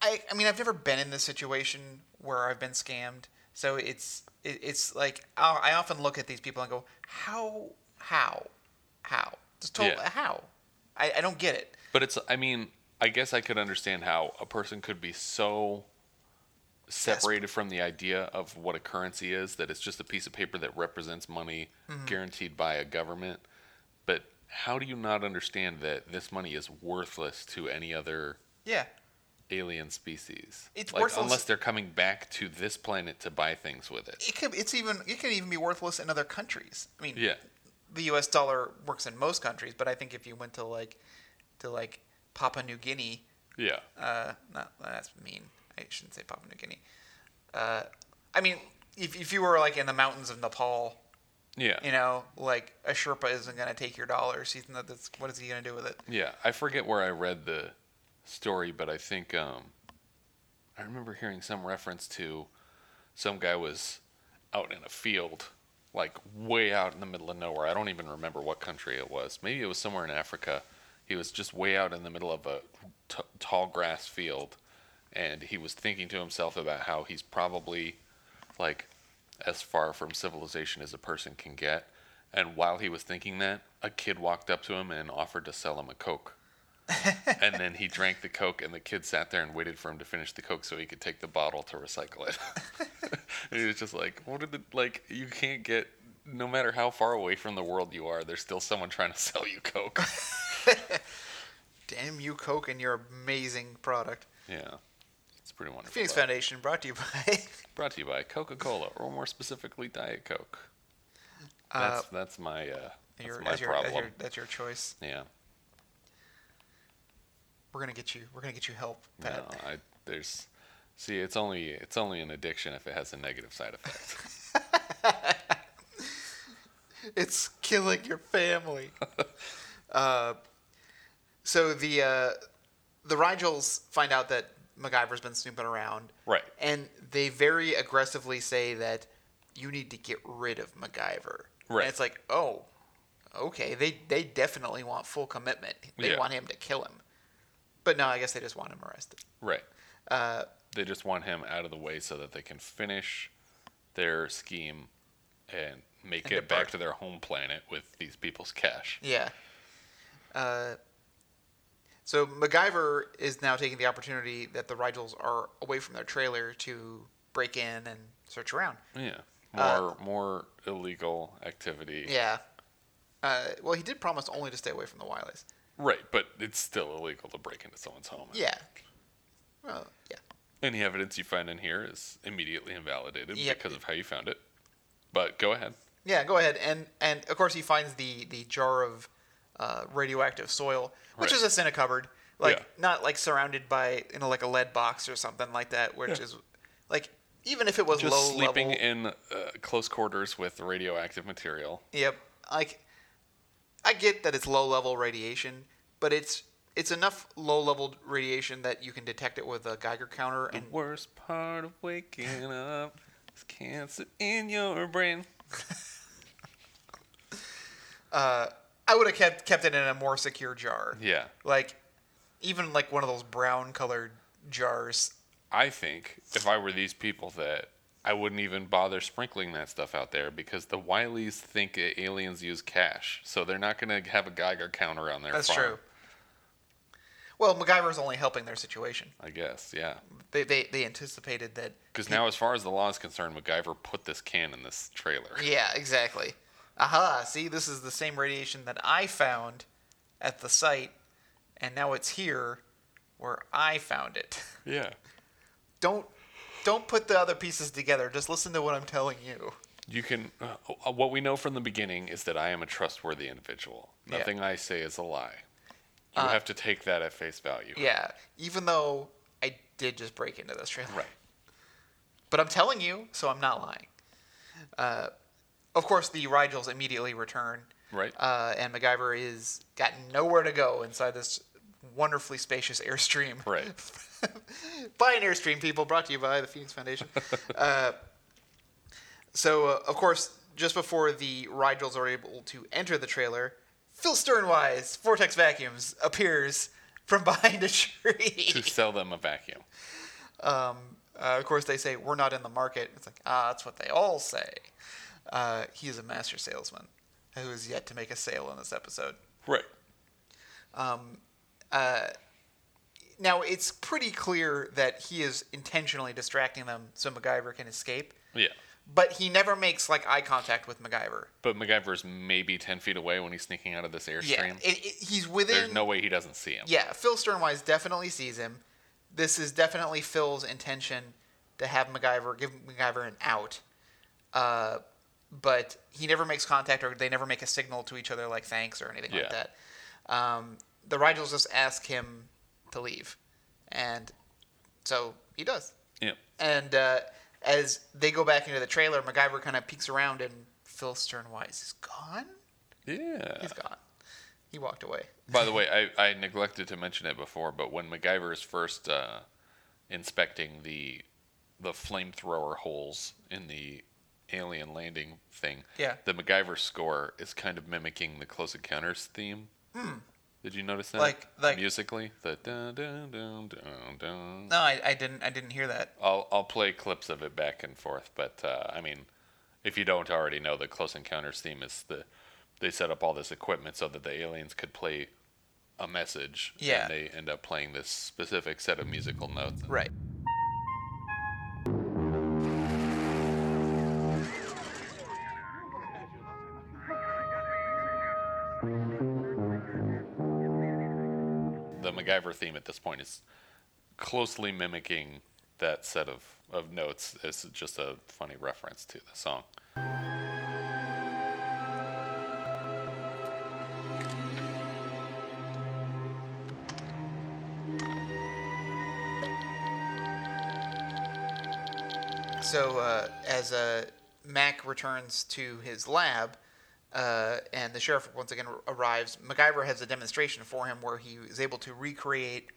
Speaker 2: I I mean I've never been in this situation where I've been scammed, so it's it, it's like I I often look at these people and go how how how just total
Speaker 1: Yeah.
Speaker 2: how I, I don't get it.
Speaker 1: But it's, I mean, I guess I could understand how a person could be so separated from the idea of what a currency is that it's just a piece of paper that represents money
Speaker 2: Mm-hmm.
Speaker 1: guaranteed by a government. But how do you not understand that this money is worthless to any other
Speaker 2: Yeah.
Speaker 1: alien species?
Speaker 2: It's
Speaker 1: like,
Speaker 2: worthless-
Speaker 1: Unless they're coming back to this planet to buy things with it.
Speaker 2: It could it's even it can even be worthless in other countries. I mean
Speaker 1: Yeah.
Speaker 2: the U.S. dollar works in most countries, but I think if you went to like to like Papua New Guinea,
Speaker 1: Yeah.
Speaker 2: uh, not that's mean. I shouldn't say Papua New Guinea. Uh, I mean, if if you were like in the mountains of Nepal,
Speaker 1: Yeah.
Speaker 2: you know, like a Sherpa isn't gonna take your dollars. He's not. That's what is he gonna do with it?
Speaker 1: Yeah, I forget where I read the story, but I think um, I remember hearing some reference to some guy was out in a field, like way out in the middle of nowhere. I don't even remember what country it was. Maybe it was somewhere in Africa. He was just way out in the middle of a t- tall grass field, and he was thinking to himself about how he's probably like as far from civilization as a person can get. And while he was thinking that, a kid walked up to him and offered to sell him a Coke. and then he drank the Coke, and the kid sat there and waited for him to finish the Coke so he could take the bottle to recycle it. and he was just like, What did the, like, you can't get, no matter how far away from the world you are, there's still someone trying to sell you Coke.
Speaker 2: Damn you, Coke, and your amazing product.
Speaker 1: Yeah. It's pretty wonderful.
Speaker 2: Phoenix
Speaker 1: though.
Speaker 2: Foundation brought to you by.
Speaker 1: Brought to you by Coca Cola, or more specifically, Diet Coke.
Speaker 2: Uh,
Speaker 1: That's, that's my, uh, that's
Speaker 2: your,
Speaker 1: my
Speaker 2: that's, your,
Speaker 1: problem.
Speaker 2: that's, your, that's your choice.
Speaker 1: yeah.
Speaker 2: We're gonna get you. We're gonna get you help,
Speaker 1: No,
Speaker 2: Pat.
Speaker 1: I, there's. See, it's only it's only an addiction if it has a negative side effect.
Speaker 2: It's killing your family. uh, so the uh, the Rigels find out that MacGyver's been snooping around,
Speaker 1: Right.
Speaker 2: And they very aggressively say that you need to get rid of MacGyver.
Speaker 1: Right.
Speaker 2: And it's like, oh, okay. They they definitely want full commitment. They
Speaker 1: Yeah.
Speaker 2: want him to kill him. But no, I guess they just want him arrested.
Speaker 1: right.
Speaker 2: Uh,
Speaker 1: they just want him out of the way so that they can finish their scheme and make
Speaker 2: And
Speaker 1: it back
Speaker 2: depart.
Speaker 1: to their home planet with these people's cash.
Speaker 2: Yeah. Uh, so MacGyver is now taking the opportunity that the Rigels are away from their trailer to break in and search around.
Speaker 1: Yeah.
Speaker 2: Uh,
Speaker 1: More more illegal activity.
Speaker 2: Yeah. Uh, well, he did promise only to stay away from the Wileys.
Speaker 1: Right, but it's still illegal to break into someone's home.
Speaker 2: Yeah. Well, yeah.
Speaker 1: Any evidence you find in here is immediately invalidated
Speaker 2: Yep.
Speaker 1: because of how you found it. But go ahead.
Speaker 2: Yeah, go ahead. And and of course he finds the the jar of uh, radioactive soil, which
Speaker 1: Right.
Speaker 2: is just in a cupboard, like
Speaker 1: Yeah.
Speaker 2: not like surrounded by you know like a lead box or something like that, which is like even if it was
Speaker 1: Just
Speaker 2: low
Speaker 1: sleeping
Speaker 2: level.
Speaker 1: in uh, close quarters with radioactive material.
Speaker 2: Yep. Like I get that it's low level radiation, but it's it's enough low level radiation that you can detect it with a Geiger counter and
Speaker 1: Worst part of waking up is cancer in your brain.
Speaker 2: I would have kept kept it in a more secure jar.
Speaker 1: Yeah.
Speaker 2: Like even like one of those brown colored jars.
Speaker 1: I think if I were these people that I wouldn't even bother sprinkling that stuff out there because the Wileys think that aliens use cash, so they're not gonna have a Geiger counter on their
Speaker 2: That's
Speaker 1: farm,
Speaker 2: true. Well, MacGyver's only helping their situation.
Speaker 1: I guess, yeah.
Speaker 2: They they, they anticipated that.
Speaker 1: Because now, as far as the law is concerned, MacGyver put this can in this trailer.
Speaker 2: Yeah, exactly. Aha! See, this is the same radiation that I found at the site, and now it's here, where I found it.
Speaker 1: Yeah.
Speaker 2: Don't don't put the other pieces together. Just listen to what I'm telling you.
Speaker 1: You can. Uh, uh, what we know from the beginning is that I am a trustworthy individual.
Speaker 2: Yeah. Uh,
Speaker 1: Nothing I say is a lie. You have to take that at face value.
Speaker 2: Yeah, even though I did just break into this trailer.
Speaker 1: Right.
Speaker 2: But I'm telling you, so I'm not lying. Uh, of course, the Rigels immediately return.
Speaker 1: Right.
Speaker 2: Uh, and MacGyver is got nowhere to go inside this wonderfully spacious airstream.
Speaker 1: Right.
Speaker 2: by an airstream, people brought to you by the Phoenix Foundation. uh, so, uh, of course, just before the Rigels are able to enter the trailer, Phil Sternwise, Vortex Vacuums, appears from behind a tree.
Speaker 1: to sell them a vacuum.
Speaker 2: Um, uh, of course, they say we're not in the market. It's like ah, that's what they all say. Uh, he is a master salesman who is yet to make a sale in this episode.
Speaker 1: Right.
Speaker 2: Now it's pretty clear that he is intentionally distracting them so MacGyver can escape,
Speaker 1: Yeah.
Speaker 2: but he never makes like eye contact with MacGyver.
Speaker 1: But MacGyver's maybe ten feet away when he's sneaking out of this
Speaker 2: Yeah,
Speaker 1: airstream.
Speaker 2: it, it- he's within.
Speaker 1: There's no way he doesn't see him.
Speaker 2: Yeah, Phil Sternwise definitely sees him. This is definitely Phil's intention to have MacGyver give MacGyver an out, uh, but he never makes contact or they never make a signal to each other like thanks or anything like
Speaker 1: Yeah.
Speaker 2: that. Um, the Rigels just ask him to leave, and so he does.
Speaker 1: Yeah.
Speaker 2: And uh, as they go back into the trailer, MacGyver kind of peeks around, and Phil Sternwise is gone.
Speaker 1: Yeah.
Speaker 2: He's gone. He walked away.
Speaker 1: By the way, I, I neglected to mention it before, but when MacGyver is first uh, inspecting the the flamethrower holes in the alien landing thing,
Speaker 2: Yeah.
Speaker 1: the MacGyver score is kind of mimicking the Close Encounters theme. Did you notice that?
Speaker 2: Hmm. Like- like-
Speaker 1: musically, the dun dun dun dun dun.
Speaker 2: No, I, I didn't. I didn't hear that.
Speaker 1: I'll I'll play clips of it back and forth, but uh, I mean, if you don't already know, the Close Encounters theme is the they set up all this equipment so that the aliens could play a message,
Speaker 2: Yeah.
Speaker 1: and they end up playing this specific set of musical notes.
Speaker 2: Right.
Speaker 1: the MacGyver theme at this point is closely mimicking that set of, of notes. It's just a funny reference to the song.
Speaker 2: So uh, as uh, Mac returns to his lab, uh, and the sheriff once again arrives, MacGyver has a demonstration for him where he is able to recreate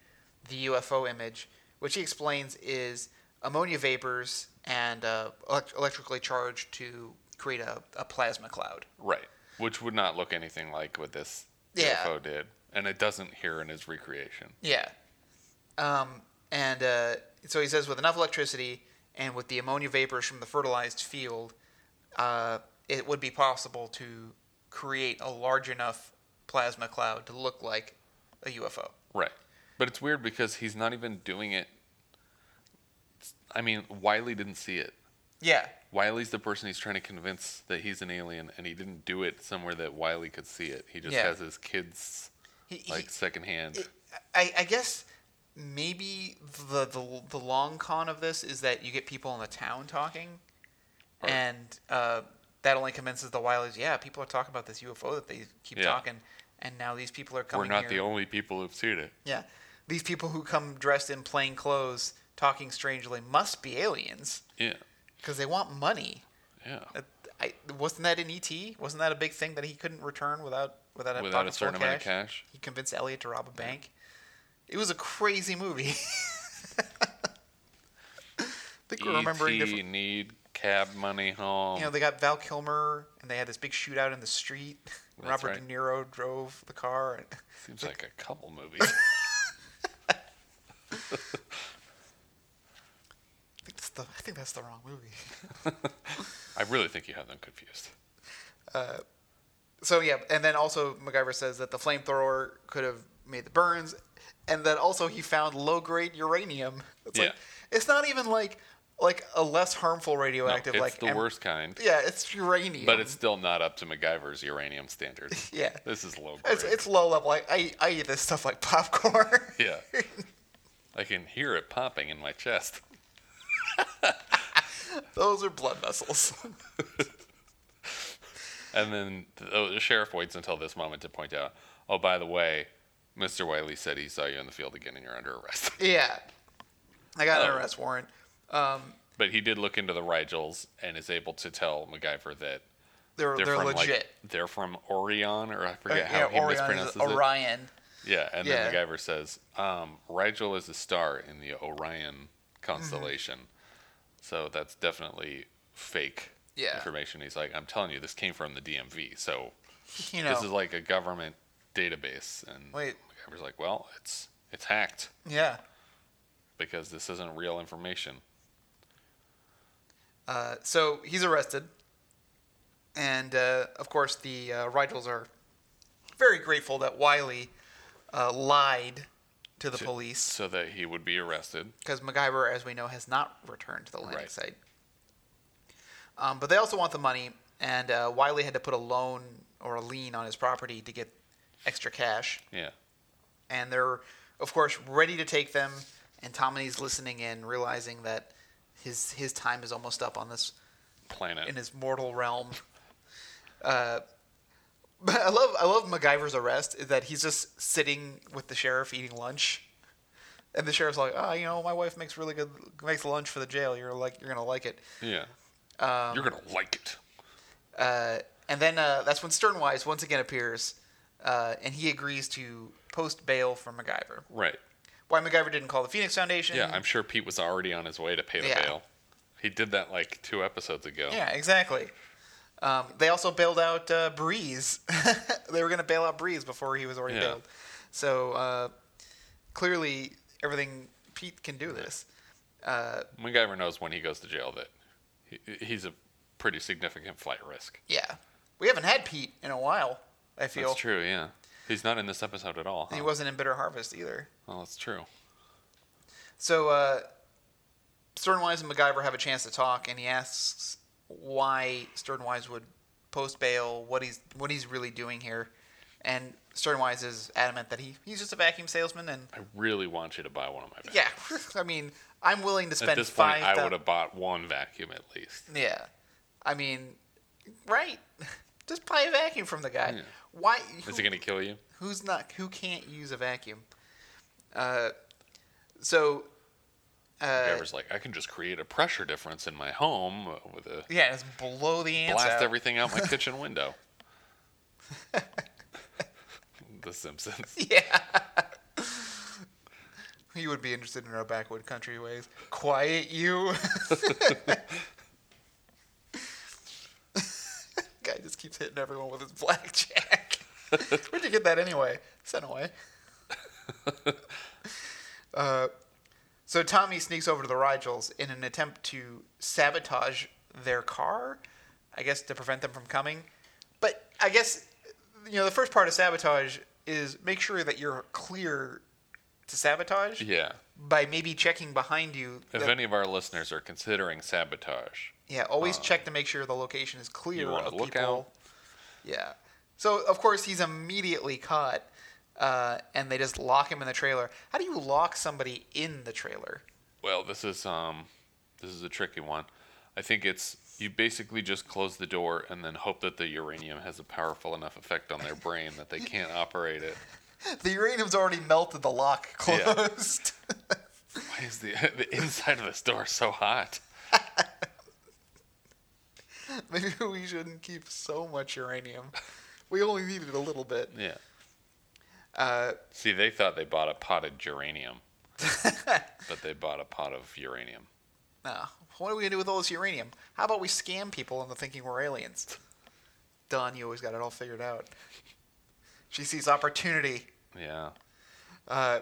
Speaker 2: the UFO image, which he explains is ammonia vapors and uh, elect- electrically charged to create a, a plasma cloud.
Speaker 1: Right. Which would not look anything like what this
Speaker 2: Yeah.
Speaker 1: UFO did. And it doesn't here in his recreation.
Speaker 2: Yeah. Um, and uh, so he says, with enough electricity and with the ammonia vapors from the fertilized field, uh, it would be possible to create a large enough plasma cloud to look like a UFO.
Speaker 1: Right. But it's weird because he's not even doing it. I mean, Wiley didn't see it.
Speaker 2: Yeah.
Speaker 1: Wiley's the person he's trying to convince that he's an alien, and he didn't do it somewhere that Wiley could see it. He just
Speaker 2: Yeah.
Speaker 1: has his kids
Speaker 2: He, he-
Speaker 1: like secondhand.
Speaker 2: I, I guess maybe the, the the long con of this is that you get people in the town talking,
Speaker 1: Right.
Speaker 2: and uh, that only convinces the Wileys. Yeah, people are talking about this UFO that they keep
Speaker 1: Yeah.
Speaker 2: talking, and now these people are
Speaker 1: We're
Speaker 2: coming.
Speaker 1: not
Speaker 2: here.
Speaker 1: the only people who've seen it.
Speaker 2: Yeah, these people who come dressed in plain clothes, talking strangely, must be aliens
Speaker 1: Yeah.
Speaker 2: because they want money.
Speaker 1: Yeah.
Speaker 2: Uh, I, wasn't that in ET? Wasn't that a big thing that he couldn't return without without a,
Speaker 1: Without a
Speaker 2: pocket full
Speaker 1: certain amount of cash.
Speaker 2: He convinced Elliot to rob a bank. It was a crazy movie. I think
Speaker 1: E
Speaker 2: we're remembering
Speaker 1: E.T.
Speaker 2: different.
Speaker 1: need cab money home.
Speaker 2: You know, they got Val Kilmer, and they had this big shootout in the street.
Speaker 1: That's
Speaker 2: Robert
Speaker 1: right.
Speaker 2: De Niro drove the car. And
Speaker 1: Seems like a couple movies.
Speaker 2: I think that's the I think that's the wrong movie.
Speaker 1: I really think you have them confused.
Speaker 2: So yeah, and then also MacGyver says that the flamethrower could have made the burns, and then also he found low grade uranium. It's like,
Speaker 1: Yeah.
Speaker 2: it's not even like like a less harmful
Speaker 1: No,
Speaker 2: radioactive
Speaker 1: it's
Speaker 2: like
Speaker 1: the
Speaker 2: em-
Speaker 1: worst kind,
Speaker 2: Yeah, it's uranium.
Speaker 1: but it's still not up to MacGyver's uranium standards.
Speaker 2: yeah,
Speaker 1: This is low grade.
Speaker 2: it's, it's low level. I, I I eat this stuff like popcorn.
Speaker 1: yeah. I can hear it popping in my chest.
Speaker 2: Those are blood vessels.
Speaker 1: And then oh, the the sheriff waits until this moment to point out, oh, by the way, Mr. Wiley said he saw you in the field again and you're under arrest.
Speaker 2: yeah, I got an
Speaker 1: Oh.
Speaker 2: arrest warrant. Um,
Speaker 1: but he did look into the Rigels and is able to tell MacGyver that
Speaker 2: they're
Speaker 1: they're,
Speaker 2: they're,
Speaker 1: from
Speaker 2: legit.
Speaker 1: like they're from Orion or I
Speaker 2: Uh,
Speaker 1: forget how
Speaker 2: yeah,
Speaker 1: he
Speaker 2: Orion is
Speaker 1: mispronounces it.
Speaker 2: Orion.
Speaker 1: Yeah, and
Speaker 2: Yeah.
Speaker 1: then MacGyver says, um, Rigel is a star in the Orion constellation. So that's definitely fake
Speaker 2: Mm-hmm. Yeah.
Speaker 1: information. He's like, I'm telling you, this came from the DMV. So
Speaker 2: You know,
Speaker 1: this is like a government database. And
Speaker 2: Wait.
Speaker 1: MacGyver's like, well, it's it's hacked
Speaker 2: yeah.
Speaker 1: because this isn't real information.
Speaker 2: Uh, so he's arrested, and uh, of course the uh, Rigels are very grateful that Wiley uh, lied to the police
Speaker 1: So that he would be arrested.
Speaker 2: because MacGyver, as we know, has not returned to the landing
Speaker 1: Right.
Speaker 2: site. Um, but they also want the money, and uh, Wiley had to put a loan or a lien on his property to get extra cash.
Speaker 1: Yeah.
Speaker 2: And they're, of course, ready to take them. And Tominy's listening in, realizing that his his time is almost up on this
Speaker 1: Planet.
Speaker 2: in his mortal realm. Uh, but I love I love MacGyver's arrest is that he's just sitting with the sheriff eating lunch, and the sheriff's like, "Ah, you know, my wife makes really good makes lunch for the jail. You're like you're gonna like it."
Speaker 1: yeah.
Speaker 2: Um,
Speaker 1: You're going to like it.
Speaker 2: Uh, and then uh, that's when Sternwise once again appears, uh, and he agrees to post bail for MacGyver.
Speaker 1: Right.
Speaker 2: Why MacGyver didn't call the Phoenix Foundation?
Speaker 1: Yeah, I'm sure Pete was already on his way to pay the
Speaker 2: Yeah.
Speaker 1: bail. He did that like two episodes ago.
Speaker 2: Yeah, exactly. Um, they also bailed out uh, Breeze. they were going to bail out Breeze before he was already
Speaker 1: Yeah.
Speaker 2: bailed. So uh, clearly, everything Pete can do this. Uh,
Speaker 1: MacGyver knows when he goes to jail that he, he's a pretty significant flight risk.
Speaker 2: yeah, we haven't had Pete in a while. I feel
Speaker 1: That's true, yeah. He's not in this episode at all.
Speaker 2: he
Speaker 1: Huh?
Speaker 2: wasn't in Bitter Harvest either.
Speaker 1: Well, that's true.
Speaker 2: So uh, Sternwise and MacGyver have a chance to talk, and he asks why Sternwise would post bail, what he's what he's really doing here, And Sternwise is adamant that he, he's just a vacuum salesman, and
Speaker 1: I really want you to buy one of my vacuums.
Speaker 2: yeah, I mean, I'm willing to spend
Speaker 1: At this point,
Speaker 2: five.
Speaker 1: I
Speaker 2: thou-
Speaker 1: would have bought one vacuum at least.
Speaker 2: Yeah. I mean, right. Just buy a vacuum from the guy.
Speaker 1: Yeah.
Speaker 2: Why?
Speaker 1: Is
Speaker 2: who-
Speaker 1: it going to kill you?
Speaker 2: who's not? Who can't use a vacuum? Uh, so, Uh,
Speaker 1: The driver's like, I can just create a pressure difference in my home uh, with a
Speaker 2: yeah, just blow the ants
Speaker 1: blast
Speaker 2: out.
Speaker 1: everything out my kitchen window. the Simpsons.
Speaker 2: Yeah. you would be interested in our backwood country ways. Quiet you. Guy just keeps hitting everyone with his blackjack. Where'd you get that anyway? Sent away. uh, so Tommy sneaks over to the Rigels in an attempt to sabotage their car, I guess to prevent them from coming. But I guess you know the first part of sabotage is make sure that you're clear to sabotage
Speaker 1: Yeah.
Speaker 2: by maybe checking behind you.
Speaker 1: If
Speaker 2: that-
Speaker 1: any of our listeners are considering sabotage,
Speaker 2: yeah, always check to make sure the location is clear
Speaker 1: Uh, you want
Speaker 2: of
Speaker 1: to look
Speaker 2: people.
Speaker 1: out.
Speaker 2: Yeah. So of course he's immediately caught, uh, and they just lock him in the trailer. How do you lock somebody in the trailer?
Speaker 1: Well, this is um, this is a tricky one. I think it's you basically just close the door and then hope that the uranium has a powerful enough effect on their brain that they can't operate it.
Speaker 2: The uranium's already melted the lock
Speaker 1: Yeah.
Speaker 2: closed.
Speaker 1: Why is the the inside of this door so hot?
Speaker 2: Maybe we shouldn't keep so much uranium. We only needed a little bit.
Speaker 1: Yeah.
Speaker 2: Uh,
Speaker 1: See, they thought they bought a potted geranium, but they bought a pot of uranium.
Speaker 2: no. What are we gonna do with all this uranium? How about we scam people into thinking we're aliens? Don, you always got it all figured out. She sees opportunity.
Speaker 1: Yeah.
Speaker 2: Uh,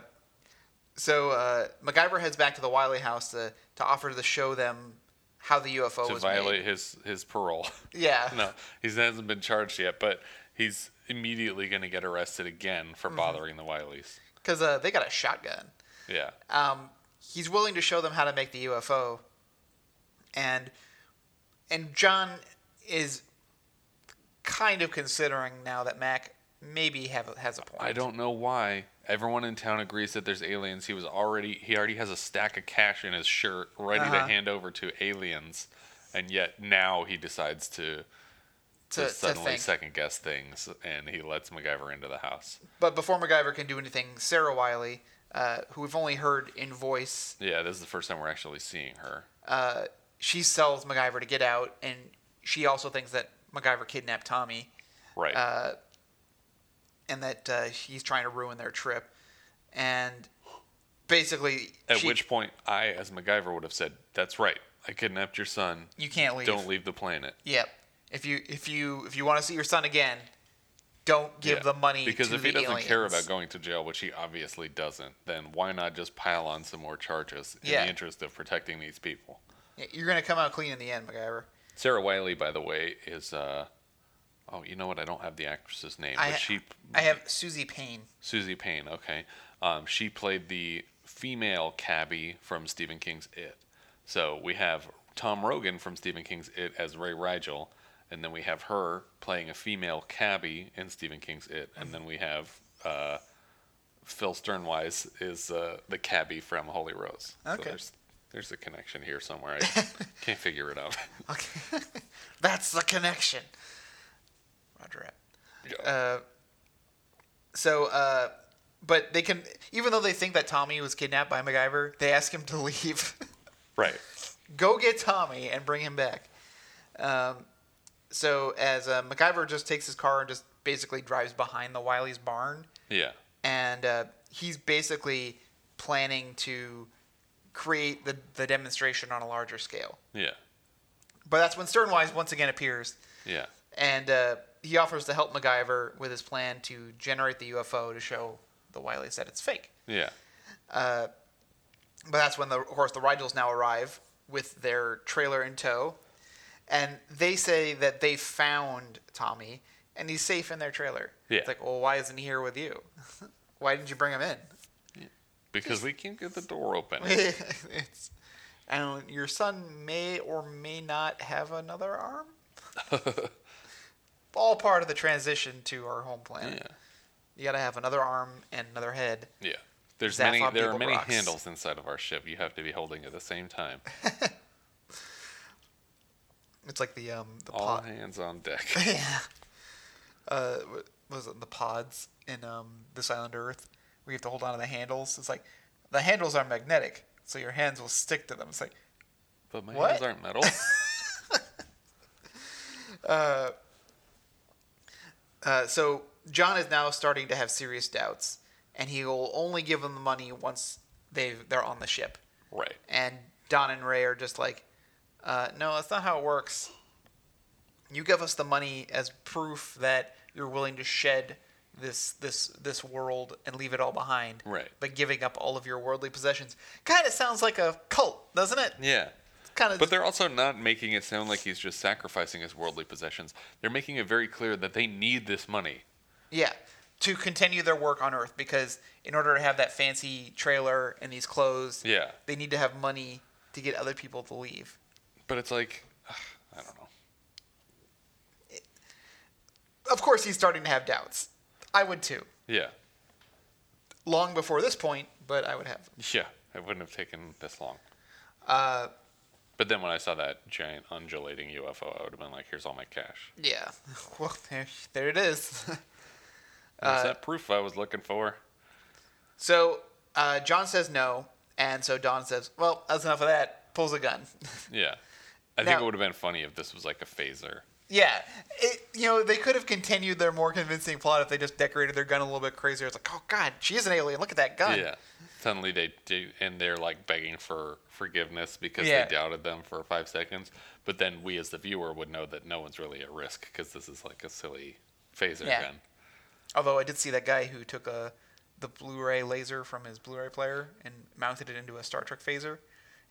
Speaker 2: so uh, MacGyver heads back to the Wiley house to, to offer to show them how the UFO
Speaker 1: To
Speaker 2: was
Speaker 1: violate his his parole.
Speaker 2: made. Yeah.
Speaker 1: no, he hasn't been charged yet, but he's immediately going to get arrested again for
Speaker 2: Mm-hmm.
Speaker 1: bothering the Wileys.
Speaker 2: Because uh, they got a shotgun.
Speaker 1: Yeah.
Speaker 2: um, he's willing to show them how to make the UFO, and and John is kind of considering now that Mac maybe have a- has a point.
Speaker 1: I don't know why everyone in town agrees that there's aliens. He was already he already has a stack of cash in his shirt ready to
Speaker 2: Uh-huh.
Speaker 1: hand over to aliens, and yet now he decides to to
Speaker 2: to, to
Speaker 1: suddenly
Speaker 2: think.
Speaker 1: second guess things, and he lets MacGyver into the house.
Speaker 2: But before MacGyver can do anything, Sarah Wiley, uh, who we've only heard in voice,
Speaker 1: Yeah, this is the first time we're actually seeing her.
Speaker 2: uh, she sells MacGyver to get out, and she also thinks that MacGyver kidnapped Tommy.
Speaker 1: Right.
Speaker 2: uh, and that uh, he's trying to ruin their trip. And basically,
Speaker 1: At
Speaker 2: she-
Speaker 1: which point, I, as MacGyver, would have said, "That's right. I kidnapped your son.
Speaker 2: you can't leave.
Speaker 1: Don't leave the planet."
Speaker 2: Yep. If you if you if you want to see your son again, don't give
Speaker 1: Yeah.
Speaker 2: the money
Speaker 1: because
Speaker 2: to
Speaker 1: if he
Speaker 2: the
Speaker 1: doesn't care
Speaker 2: aliens.
Speaker 1: about going to jail, which he obviously doesn't, then why not just pile on some more charges in
Speaker 2: Yeah.
Speaker 1: the interest of protecting these people?
Speaker 2: you're gonna come out clean in the end, MacGyver.
Speaker 1: Sarah Wiley, by the way, is uh, oh, you know what? I don't have the actress's name,
Speaker 2: I
Speaker 1: but
Speaker 2: ha-
Speaker 1: she
Speaker 2: I have Susie Payne.
Speaker 1: Susie Payne. Okay, um, she played the female cabbie from Stephen King's It. So we have Tom Rogan from Stephen King's It as Ray Rigel, and then we have her playing a female cabbie in Stephen King's It, and then we have uh, Phil Sternwise is uh, the cabbie from Holy Rose.
Speaker 2: Okay.
Speaker 1: there's, there's a connection here somewhere. I can't figure it out.
Speaker 2: Okay, that's the connection. Roger it. Uh, so, uh, but they can even though they think that Tommy was kidnapped by MacGyver, they ask him to leave.
Speaker 1: right.
Speaker 2: go get Tommy and bring him back. Um, so as uh, MacGyver just takes his car and just basically drives behind the Wiley's barn,
Speaker 1: Yeah.
Speaker 2: and uh, he's basically planning to create the, the demonstration on a larger scale.
Speaker 1: Yeah.
Speaker 2: But that's when Sternwise once again appears,
Speaker 1: Yeah.
Speaker 2: and uh, he offers to help MacGyver with his plan to generate the UFO to show the Wileys that it's fake.
Speaker 1: Yeah.
Speaker 2: But that's when, the, of course, the Rigels now arrive with their trailer in tow, and they say that they found Tommy and he's safe in their trailer.
Speaker 1: Yeah.
Speaker 2: It's like, well, why isn't he here with you? why didn't you bring him in?
Speaker 1: Because we can't get the door open.
Speaker 2: it's, and your son may or may not have another arm. All part of the transition to our home planet.
Speaker 1: Yeah.
Speaker 2: You gotta have another arm and another head.
Speaker 1: Yeah. There's
Speaker 2: Zap
Speaker 1: many.
Speaker 2: on
Speaker 1: There are
Speaker 2: people
Speaker 1: many
Speaker 2: rocks.
Speaker 1: handles inside of our ship. You have to be holding at the same time.
Speaker 2: It's like the um the
Speaker 1: All
Speaker 2: pot.
Speaker 1: hands on deck.
Speaker 2: yeah. Uh, wh- was it the pods in um this island Earth? where you have to hold on to the handles. It's like the handles are magnetic, so your hands will stick to them. It's like
Speaker 1: But my
Speaker 2: What?
Speaker 1: hands aren't metal.
Speaker 2: Uh, so John is now starting to have serious doubts, and he will only give them the money once they they're on the ship.
Speaker 1: right.
Speaker 2: And Don and Ray are just like, uh, "No, that's not how it works. You give us the money as proof that you're willing to shed this this this world and leave it all behind.
Speaker 1: Right.
Speaker 2: But giving up all of your worldly possessions kind of sounds like a cult, doesn't it?
Speaker 1: Yeah.
Speaker 2: Kind of.
Speaker 1: But they're also not making it sound like he's just sacrificing his worldly possessions. They're making it very clear that they need this money.
Speaker 2: Yeah, to continue their work on Earth because in order to have that fancy trailer and these clothes,
Speaker 1: Yeah.
Speaker 2: they need to have money to get other people to leave.
Speaker 1: But it's like, ugh, I don't know.
Speaker 2: Of course, he's starting to have doubts. I would too.
Speaker 1: Yeah.
Speaker 2: Long before this point, but I would have. them.
Speaker 1: Yeah. It wouldn't have taken this long.
Speaker 2: Uh,
Speaker 1: but then when I saw that giant undulating UFO, I would have been like, here's all my cash.
Speaker 2: Yeah. Well, there, there it is.
Speaker 1: That's
Speaker 2: Uh,
Speaker 1: that proof I was looking for.
Speaker 2: so uh, John says no, and so Don says, "Well, that's enough of that." Pulls a gun.
Speaker 1: Yeah. I think
Speaker 2: Now-
Speaker 1: it would have been funny if this was like a phaser.
Speaker 2: yeah. It, you know, they could have continued their more convincing plot if they just decorated their gun a little bit crazier. It's like, oh god, she is an alien. Look at that gun.
Speaker 1: Yeah. Suddenly they do, and they're like begging for forgiveness because
Speaker 2: Yeah.
Speaker 1: they doubted them for five seconds. But then we, as the viewer, would know that no one's really at risk because this is like a silly phaser
Speaker 2: Yeah.
Speaker 1: gun.
Speaker 2: Although I did see that guy who took a the Blu-ray laser from his Blu-ray player and mounted it into a Star Trek phaser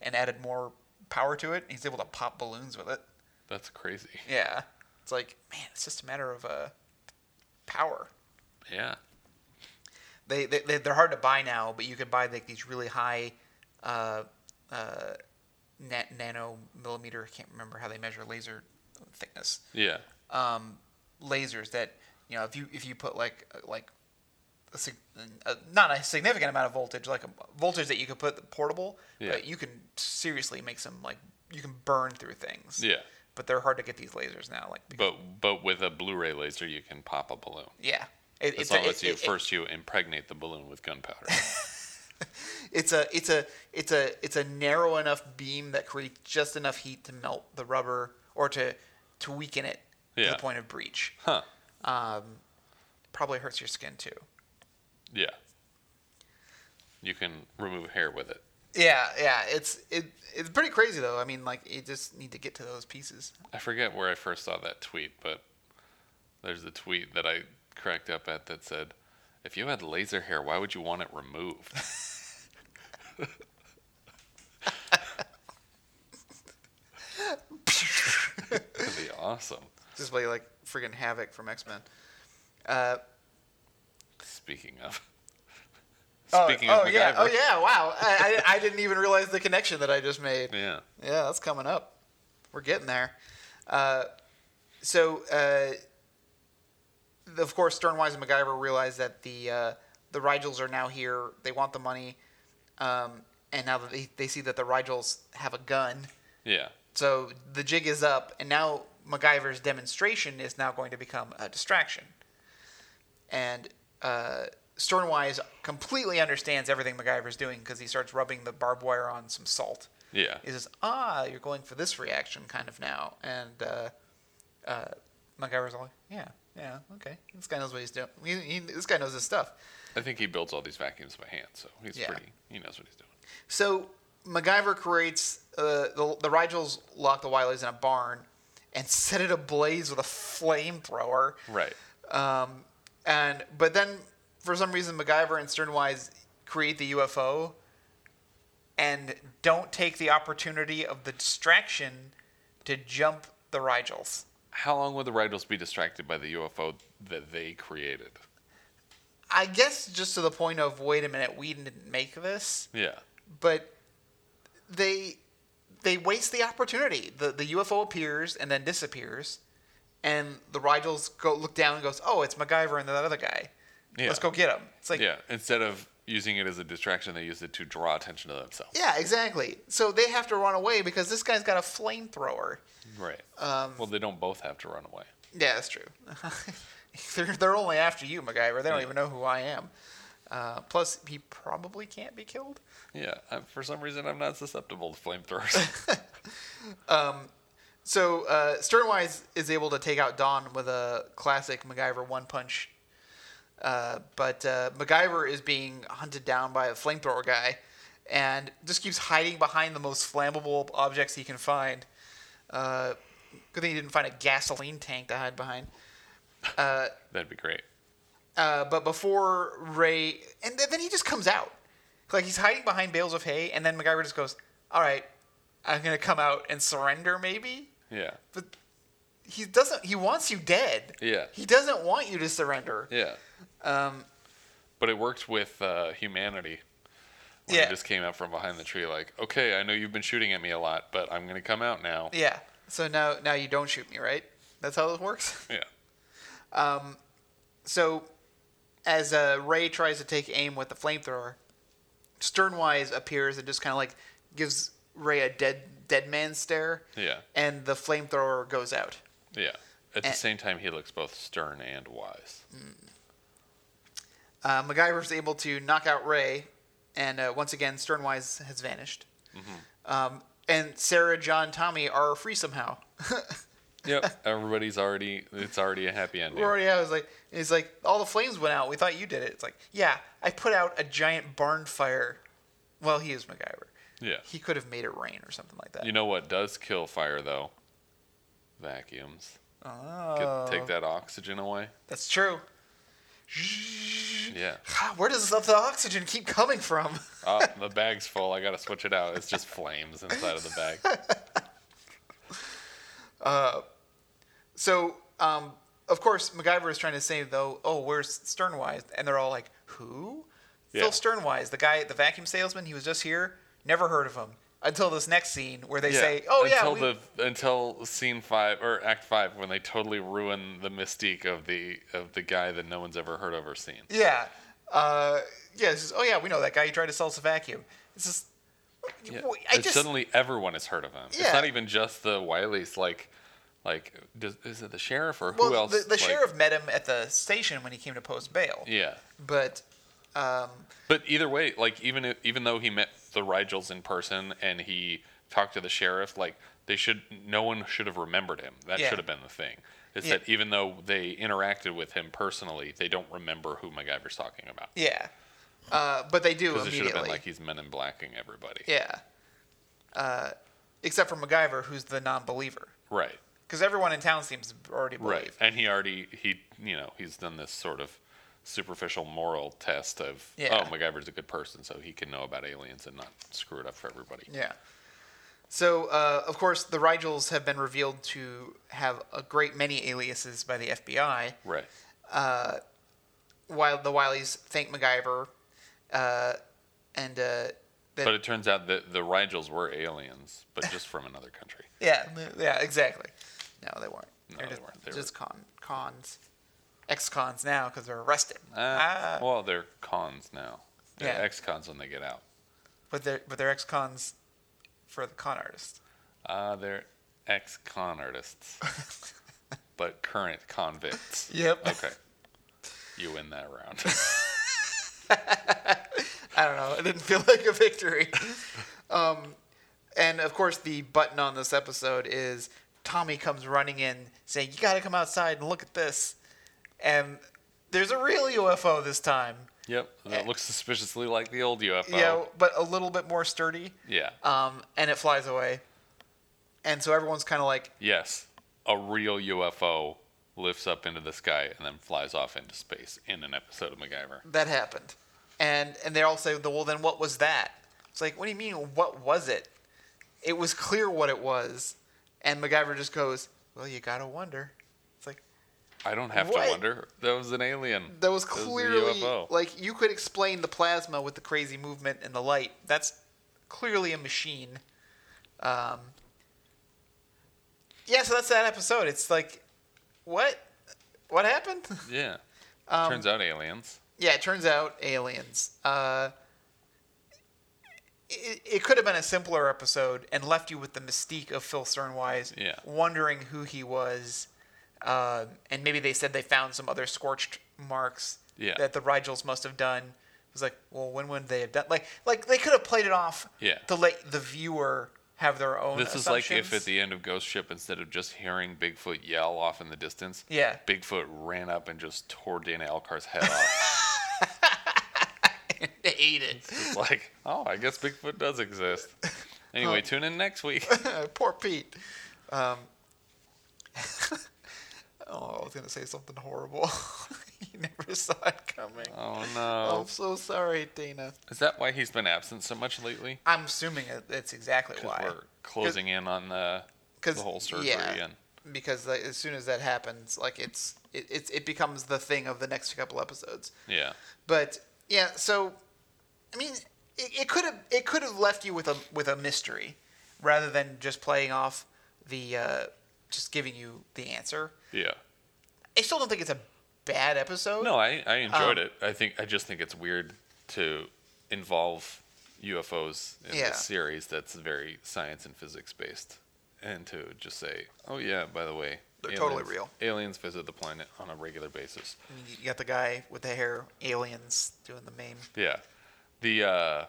Speaker 2: and added more power to it. And he's able to pop balloons with it.
Speaker 1: That's crazy.
Speaker 2: Yeah, it's like man, it's just a matter of uh, power.
Speaker 1: Yeah.
Speaker 2: They, they they- they're hard to buy now, but you can buy like these really high. Uh, uh, na- nano millimeter. I can't remember how they measure laser thickness.
Speaker 1: Yeah.
Speaker 2: um, lasers that you know if you if you put like uh, like a, sig- a, not a significant amount of voltage like a voltage that you could put portable
Speaker 1: Yeah.
Speaker 2: but you can seriously make some like you can burn through things
Speaker 1: Yeah.
Speaker 2: but they're hard to get these lasers now like because-
Speaker 1: But but with a Blu-ray laser, you can pop a balloon.
Speaker 2: yeah it,
Speaker 1: As
Speaker 2: it's
Speaker 1: long
Speaker 2: a,
Speaker 1: as you
Speaker 2: it- it-
Speaker 1: first you impregnate the balloon with gunpowder.
Speaker 2: it's a it's a it's a it's a narrow enough beam that creates just enough heat to melt the rubber or to to weaken it to
Speaker 1: Yeah.
Speaker 2: the point of breach
Speaker 1: huh.
Speaker 2: um, probably hurts your skin too
Speaker 1: Yeah. You can remove hair with it.
Speaker 2: Yeah, yeah, it's it, it's pretty crazy though. I mean, like you just need to get to those pieces.
Speaker 1: I forget where I first saw that tweet, but there's a tweet that I cracked up at that said, "If you had laser hair, why would you want it removed?" That'd be awesome.
Speaker 2: Just like like friggin' havoc from X Men. Uh,
Speaker 1: Speaking of,
Speaker 2: oh,
Speaker 1: speaking
Speaker 2: oh
Speaker 1: of MacGyver,
Speaker 2: yeah, oh yeah, wow! I, I, I didn't even realize the connection that I just made.
Speaker 1: yeah,
Speaker 2: Yeah, that's coming up. We're getting there. Uh, so, uh, of course, Sternwise and MacGyver realize that the uh, the Rigels are now here. They want the money, um, and now that they, they see that the Rigels have a gun.
Speaker 1: yeah,
Speaker 2: So the jig is up, and now MacGyver's demonstration is now going to become a distraction. And uh, Sternwise completely understands everything MacGyver's doing because he starts rubbing the barbed wire on some salt.
Speaker 1: yeah.
Speaker 2: He says, "Ah, you're going for this reaction kind of now," and uh, uh, MacGyver's all, like, "Yeah, yeah, okay. This guy knows what he's doing. He, he, this guy knows his stuff."
Speaker 1: I think he builds all these vacuums by hand, so he's
Speaker 2: Yeah.
Speaker 1: pretty. He knows what he's doing.
Speaker 2: So MacGyver creates uh, the the Rigels lock the Wileys in a barn and set it ablaze with a flamethrower.
Speaker 1: Right.
Speaker 2: Um, and but then for some reason MacGyver and Sternwise create the UFO and don't take the opportunity of the distraction to jump the Rigels.
Speaker 1: How long would the Rigels be distracted by the UFO that they created?
Speaker 2: I guess just to the point of wait a minute, we didn't make this.
Speaker 1: Yeah.
Speaker 2: but they they waste the opportunity. The the UFO appears and then disappears, and the Rigels go look down and goes, "Oh, it's MacGyver and that other guy."
Speaker 1: Yeah.
Speaker 2: Let's go get him. It's like,
Speaker 1: Yeah, instead of using it as a distraction, they use it to draw attention to themselves.
Speaker 2: yeah, exactly. So they have to run away because this guy's got a flamethrower.
Speaker 1: Right. Um, well, they don't both have to run away.
Speaker 2: Yeah, that's true. they're, they're only after you, MacGyver. They don't even know who I am. Uh, plus, he probably can't be killed.
Speaker 1: Yeah, I, for some reason, I'm not susceptible to flamethrowers.
Speaker 2: So uh, Sternwise is able to take out Dawn with a classic MacGyver one punch. Uh, but uh, MacGyver is being hunted down by a flamethrower guy, and just keeps hiding behind the most flammable objects he can find. Uh, good thing he didn't find a gasoline tank to hide behind.
Speaker 1: That'd be great.
Speaker 2: Uh, but before Ray, and th- then he just comes out, like he's hiding behind bales of hay, and then MacGyver just goes, "All right, I'm gonna come out and surrender, maybe."
Speaker 1: Yeah.
Speaker 2: But he doesn't. He wants you dead.
Speaker 1: Yeah.
Speaker 2: He doesn't want you to surrender.
Speaker 1: Yeah.
Speaker 2: Um,
Speaker 1: But it worked with uh, humanity. When
Speaker 2: Yeah.
Speaker 1: It just came out from behind the tree, like, okay, I know you've been shooting at me a lot, but I'm going to come out now.
Speaker 2: yeah. So now, now you don't shoot me, right? That's how this works.
Speaker 1: Yeah.
Speaker 2: So, as uh, Ray tries to take aim with the flamethrower, Sternwise appears and just kind of like gives Ray a dead dead man stare.
Speaker 1: Yeah.
Speaker 2: And the flamethrower goes out.
Speaker 1: Yeah. At the
Speaker 2: Eh.
Speaker 1: same time, he looks both stern and wise.
Speaker 2: Mm. Uh, MacGyver's able to knock out Ray, and uh, once again, Sternwise has vanished.
Speaker 1: Mm-hmm.
Speaker 2: Um, and Sarah, John, Tommy are free somehow.
Speaker 1: Yep. Everybody's already, it's already a happy ending.
Speaker 2: Rory, yeah, I was like, it's like all the flames went out. We thought you did it. It's like, yeah, I put out a giant barn fire. Well, he is MacGyver.
Speaker 1: Yeah.
Speaker 2: He could have made it rain or something like that.
Speaker 1: You know what does kill fire, though? Vacuums. Get-
Speaker 2: oh,
Speaker 1: Take that oxygen away.
Speaker 2: that's true.
Speaker 1: Yeah.
Speaker 2: God, where does the oxygen keep coming from?
Speaker 1: Oh, the bag's full. I got to switch it out. It's just flames inside of the bag.
Speaker 2: So, um, of course, MacGyver is trying to say though, "Oh, where's Sternwise?" And they're all like, "Who?"
Speaker 1: Yeah.
Speaker 2: Phil Sternwise, the guy, the vacuum salesman. He was just here. Never heard of him until this next scene where they say, "Oh yeah,
Speaker 1: until
Speaker 2: we-
Speaker 1: the until scene five or act five when they totally ruin the mystique of the of the guy that no one's ever heard of or seen.
Speaker 2: yeah, uh, yeah." It's just, oh yeah, we know that guy. He tried to sell us a vacuum. It's just,
Speaker 1: Yeah.
Speaker 2: I
Speaker 1: And
Speaker 2: just
Speaker 1: suddenly everyone has heard of him.
Speaker 2: Yeah.
Speaker 1: It's not even just the Wileys. Like, like does, is it the sheriff or
Speaker 2: well,
Speaker 1: who else?
Speaker 2: the, the
Speaker 1: like-
Speaker 2: sheriff met him at the station when he came to post bail.
Speaker 1: Yeah.
Speaker 2: But um,
Speaker 1: But either way, like even if, even though he met the Rigels in person and he talked to the sheriff, like they should no one should have remembered him. That
Speaker 2: Yeah.
Speaker 1: should have been the thing. Is
Speaker 2: Yeah.
Speaker 1: that even though they interacted with him personally, they don't remember who MacGyver's talking about.
Speaker 2: yeah, uh, but they do
Speaker 1: Because it
Speaker 2: immediately.
Speaker 1: should have been like he's men in blacking everybody.
Speaker 2: Yeah. Uh, except for MacGyver, who's the non-believer,
Speaker 1: Right.
Speaker 2: because everyone in town seems to already believe.
Speaker 1: Right. And he already he you know, he's done this sort of superficial moral test of
Speaker 2: Yeah.
Speaker 1: oh MacGyver's a good person, so he can know about aliens and not screw it up for everybody.
Speaker 2: Yeah. So, uh, of course, the Rigels have been revealed to have a great many aliases by the FBI,
Speaker 1: Right.
Speaker 2: while the Wileys thank MacGyver, uh, and uh, that
Speaker 1: But it turns out that the Rigels were aliens, but just from another country.
Speaker 2: Yeah, th- yeah, exactly. No, they weren't. they're
Speaker 1: they
Speaker 2: just,
Speaker 1: weren't. They
Speaker 2: just con cons, ex cons now because they're arrested.
Speaker 1: Uh,
Speaker 2: ah,
Speaker 1: Well, they're cons now. They're
Speaker 2: Yeah.
Speaker 1: ex-cons when they get out.
Speaker 2: but they're but they're ex cons for the con artist.
Speaker 1: Uh, they're ex-con artists, but current convicts.
Speaker 2: Yep.
Speaker 1: Okay. You win that round.
Speaker 2: I don't know. It didn't feel like a victory. um, and of course, the button on this episode is Tommy comes running in saying, "You got to come outside and look at this." And there's a real UFO this time.
Speaker 1: yep.
Speaker 2: Eh.
Speaker 1: That looks suspiciously like the old UFO.
Speaker 2: You know, but a little bit more sturdy.
Speaker 1: Yeah.
Speaker 2: Um, and it flies away. And so everyone's kind of like,
Speaker 1: yes. A real UFO lifts up into the sky and then flies off into space in an episode of MacGyver.
Speaker 2: "That happened," and and they all say, "Well, then what was that?" It's like, "What do you mean? What was it?" It was clear what it was, and MacGyver just goes, "Well, you gotta wonder." It's like,
Speaker 1: I don't have
Speaker 2: What?
Speaker 1: to wonder. That was an alien.
Speaker 2: That was
Speaker 1: That was a
Speaker 2: clearly
Speaker 1: UFO.
Speaker 2: like you could explain the plasma with the crazy movement and the light. That's clearly a machine. Um, yeah, so that's that episode. It's like, what, what happened? Um,
Speaker 1: Yeah. Turns out aliens.
Speaker 2: Yeah, it turns out aliens. Uh, it, it could have been a simpler episode and left you with the mystique of Phil Sternwise,
Speaker 1: Yeah.
Speaker 2: wondering who he was. Uh, and maybe they said they found some other scorched marks
Speaker 1: Yeah.
Speaker 2: that the Rigels must have done. It was like, well, when would they have done? Like, like they could have played it off
Speaker 1: Yeah.
Speaker 2: to let the viewer have their own.
Speaker 1: This is like if
Speaker 2: assumptions.
Speaker 1: at the end of Ghost Ship, instead of just hearing Bigfoot yell off in the distance,
Speaker 2: Yeah.
Speaker 1: Bigfoot ran up and just tore Dana Elkar's head off.
Speaker 2: they ate it.
Speaker 1: it's like, oh, I guess Bigfoot does exist.
Speaker 2: Um,
Speaker 1: Anyway, tune in next week.
Speaker 2: Poor Pete. Um, oh, I was gonna say something horrible. you never saw it coming.
Speaker 1: Oh
Speaker 2: Oh,
Speaker 1: no!
Speaker 2: I'm so sorry, Dana.
Speaker 1: Is that why he's been absent so much lately?
Speaker 2: I'm assuming that that's exactly
Speaker 1: Because
Speaker 2: why.
Speaker 1: we're closing in on the, the
Speaker 2: 'Cause-
Speaker 1: whole surgery
Speaker 2: yeah.
Speaker 1: and
Speaker 2: Because like, as soon as that happens, like it's it, it's it becomes the thing of the next couple episodes.
Speaker 1: yeah,
Speaker 2: But yeah, so I mean, it, it could have it could have left you with a with a mystery, rather than just playing off the uh, just giving you the answer.
Speaker 1: yeah.
Speaker 2: I still don't think it's a bad episode.
Speaker 1: No, I, I enjoyed
Speaker 2: Um,
Speaker 1: it. I think I just think it's weird to involve UFOs in
Speaker 2: Yeah.
Speaker 1: this series that's very science and physics based, and to just say, oh yeah, by the way,
Speaker 2: They're totally real.
Speaker 1: Aliens visit the planet on a regular basis.
Speaker 2: I mean, you got the guy with the hair, aliens doing the meme.
Speaker 1: Yeah, the uh,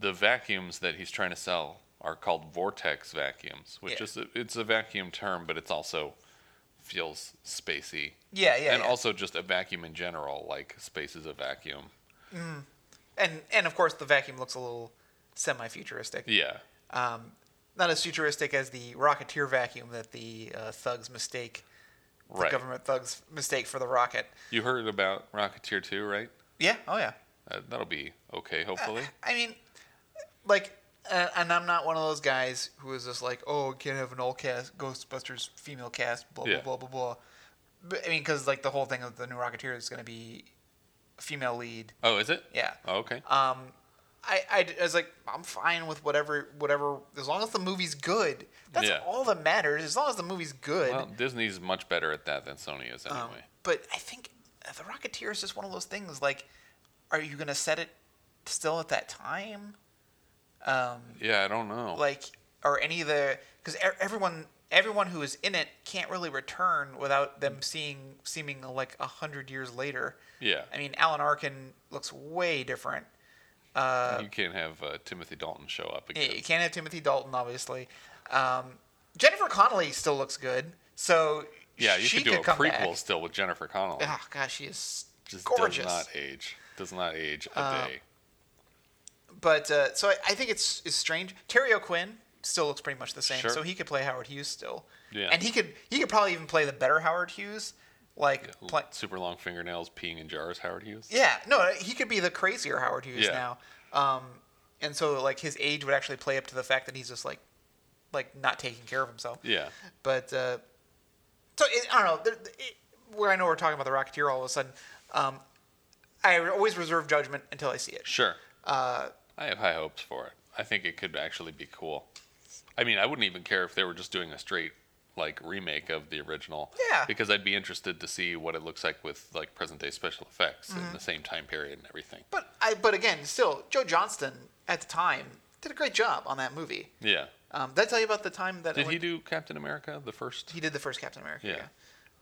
Speaker 1: the vacuums that he's trying to sell are called vortex vacuums, which
Speaker 2: Yeah.
Speaker 1: is a, it's a vacuum term, but it's also feels spacey.
Speaker 2: Yeah, yeah.
Speaker 1: and
Speaker 2: yeah.
Speaker 1: also just a vacuum in general, like space is a vacuum.
Speaker 2: and and of course the vacuum looks a little semi-futuristic.
Speaker 1: Yeah,
Speaker 2: Um, not as futuristic as the Rocketeer vacuum that the uh, thugs mistake, the
Speaker 1: Right.
Speaker 2: government thugs mistake for the rocket.
Speaker 1: You heard about Rocketeer 2, right?
Speaker 2: Yeah. Oh yeah.
Speaker 1: Uh, that'll be okay, hopefully.
Speaker 2: I mean, like, uh, and I'm not one of those guys who is just like, oh, can't have an all cast Ghostbusters female cast, blah blah
Speaker 1: Yeah.
Speaker 2: blah blah blah. But, I mean, because like the whole thing of the new Rocketeer is going to be female lead.
Speaker 1: Oh, is it?
Speaker 2: Yeah.
Speaker 1: Oh, okay.
Speaker 2: Um, I, I, I was like, I'm fine with whatever, whatever, as long as the movie's good. That's
Speaker 1: Yeah.
Speaker 2: all that matters. As long as the movie's good.
Speaker 1: Well, Disney's much better at that than Sony is, anyway.
Speaker 2: Um, but I think uh, the Rocketeer is just one of those things. Like, are you going to set it still at that time? Um,
Speaker 1: yeah, I don't know.
Speaker 2: like or any of the because everyone everyone who is in it can't really return without them seeing seeming like a hundred years later.
Speaker 1: Yeah.
Speaker 2: I mean, Alan Arkin looks way different.
Speaker 1: you can't have uh, Timothy Dalton show up
Speaker 2: Yeah,
Speaker 1: again.
Speaker 2: You can't have Timothy Dalton, obviously. Um, Jennifer Connelly still looks good, so
Speaker 1: yeah, you
Speaker 2: she
Speaker 1: should do a
Speaker 2: come
Speaker 1: prequel
Speaker 2: back.
Speaker 1: still with Jennifer Connelly.
Speaker 2: Oh gosh, she is
Speaker 1: Just
Speaker 2: gorgeous. Uh,
Speaker 1: does not age. Does not age a day.
Speaker 2: But uh, so I, I think it's it's strange. Terry O'Quinn still looks pretty much the same,
Speaker 1: Sure.
Speaker 2: so he could play Howard Hughes still.
Speaker 1: Yeah.
Speaker 2: And he could he could probably even play the better Howard Hughes, like
Speaker 1: L-
Speaker 2: play,
Speaker 1: Super long fingernails, peeing in jars, Howard Hughes.
Speaker 2: yeah. No, he could be the crazier Howard Hughes
Speaker 1: Yeah.
Speaker 2: now. Um, and so like his age would actually play up to the fact that he's just like like not taking care of himself.
Speaker 1: Yeah.
Speaker 2: But uh, so it, I don't know. There, it, where I know we're talking about the Rocketeer all of a sudden, um, I always reserve judgment until I see it.
Speaker 1: Sure.
Speaker 2: Uh,
Speaker 1: I have high hopes for it. I think it could actually be cool. I mean, I wouldn't even care if they were just doing a straight like remake of the original.
Speaker 2: Yeah.
Speaker 1: Because I'd be interested to see what it looks like with like present day special effects
Speaker 2: Mm-hmm.
Speaker 1: in the same time period and everything.
Speaker 2: But I, but again, still, Joe Johnston at the time did a great job on that movie.
Speaker 1: Yeah.
Speaker 2: Um, did I tell you about the time that I
Speaker 1: Did he
Speaker 2: went-
Speaker 1: do Captain America the first?
Speaker 2: He did the first Captain America,
Speaker 1: Yeah.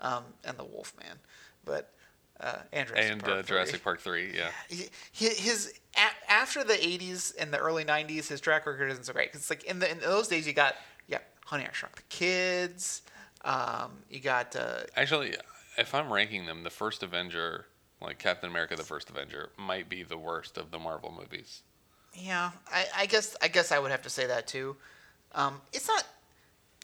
Speaker 2: um, and the Wolfman, but uh, and Jurassic
Speaker 1: And
Speaker 2: Park
Speaker 1: uh,
Speaker 2: three.
Speaker 1: Jurassic Park three. Yeah.
Speaker 2: He- hi- his a- after the 80s and the early 90s his track record isn't so great 'Cause it's like in, the, in those days you got yeah honey i shrunk the kids um, you got uh,
Speaker 1: Actually, if I'm ranking them, the first Avenger, like Captain America the first Avenger, might be the worst of the Marvel movies.
Speaker 2: yeah I, I guess i guess i would have to say that too um, it's not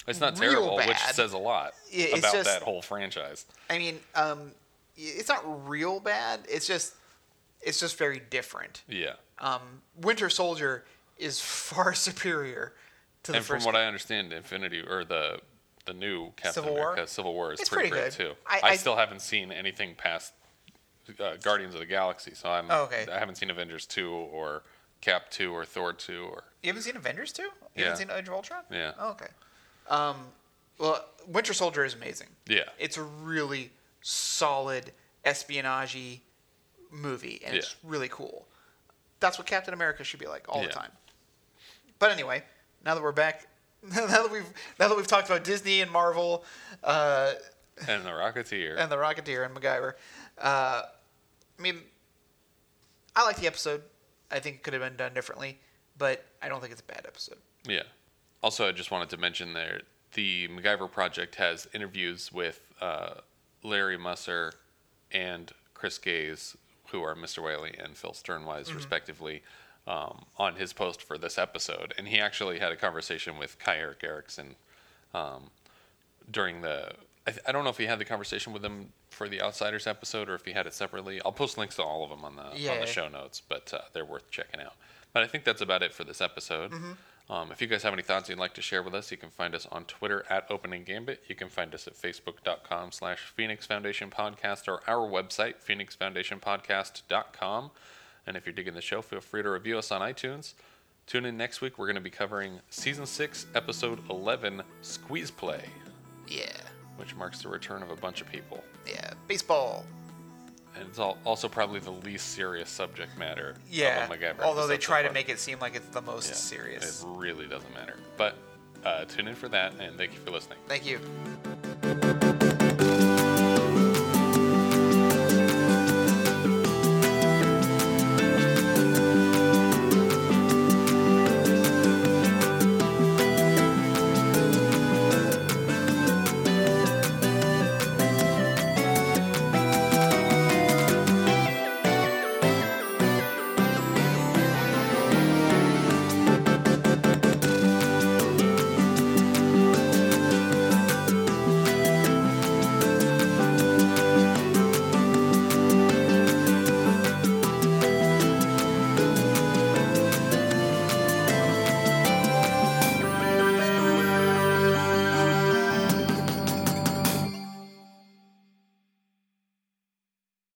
Speaker 1: It's not
Speaker 2: Real
Speaker 1: terrible, which
Speaker 2: bad.
Speaker 1: says a lot
Speaker 2: Yeah, it's
Speaker 1: about
Speaker 2: just-
Speaker 1: that whole franchise.
Speaker 2: i mean um, i- it's not real bad it's just it's just very different
Speaker 1: Yeah.
Speaker 2: um, winter soldier is far superior to the
Speaker 1: and from
Speaker 2: first
Speaker 1: what I understand, Infinity or the the new Captain
Speaker 2: Civil War?
Speaker 1: America Civil War is
Speaker 2: It's
Speaker 1: pretty,
Speaker 2: pretty
Speaker 1: great
Speaker 2: good.
Speaker 1: too. I,
Speaker 2: I- I-
Speaker 1: still haven't seen anything past uh, Guardians of the Galaxy, so I'm
Speaker 2: Oh, okay.
Speaker 1: I haven't seen Avengers two or Cap two or Thor two or
Speaker 2: You haven't seen Avengers too? You
Speaker 1: Yeah.
Speaker 2: haven't seen Age of Ultron?
Speaker 1: Yeah.
Speaker 2: Oh, okay. Um, well, Winter Soldier is amazing.
Speaker 1: Yeah.
Speaker 2: It's a really solid espionage movie, and it's
Speaker 1: Yeah.
Speaker 2: really cool. That's what Captain America should be like all
Speaker 1: Yeah.
Speaker 2: the time. But anyway, now that we're back, now that we've now that we've talked about Disney and Marvel, uh,
Speaker 1: and the Rocketeer.
Speaker 2: and the Rocketeer and MacGyver, uh, I mean, I like the episode. I think it could have been done differently, but I don't think it's a bad episode.
Speaker 1: Yeah. Also, I just wanted to mention there the MacGyver project has interviews with uh, Larry Musser and Chris Gaze, who are Mr. Whaley and Phil Sternwise, respectively, um, on his post for this episode. And he actually had a conversation with Kai Eric Erickson um, during the. I, th- I don't know if he had the conversation with them for the Outsiders episode or if he had it separately. I'll post links to all of them on the on
Speaker 2: Yeah.
Speaker 1: the show notes, but uh, they're worth checking out. But I think that's about it for this episode. Um, if you guys have any thoughts you'd like to share with us, you can find us on Twitter at Opening Gambit. You can find us at facebook.com slash Phoenix Foundation Podcast or our website, phoenixfoundationpodcast.com. And if you're digging the show, feel free to review us on iTunes. Tune in next week. We're going to be covering Season 6, Episode 11, Squeeze Play,
Speaker 2: Yeah,
Speaker 1: which marks the return of a bunch of people.
Speaker 2: yeah, baseball.
Speaker 1: And it's all, also probably the least serious subject matter. of a
Speaker 2: Yeah,
Speaker 1: MacGyver
Speaker 2: although they
Speaker 1: episode so
Speaker 2: try to
Speaker 1: far.
Speaker 2: make it seem like it's the most
Speaker 1: Yeah,
Speaker 2: serious.
Speaker 1: It really doesn't matter. But uh, tune in for that, and thank you for listening.
Speaker 2: Thank you.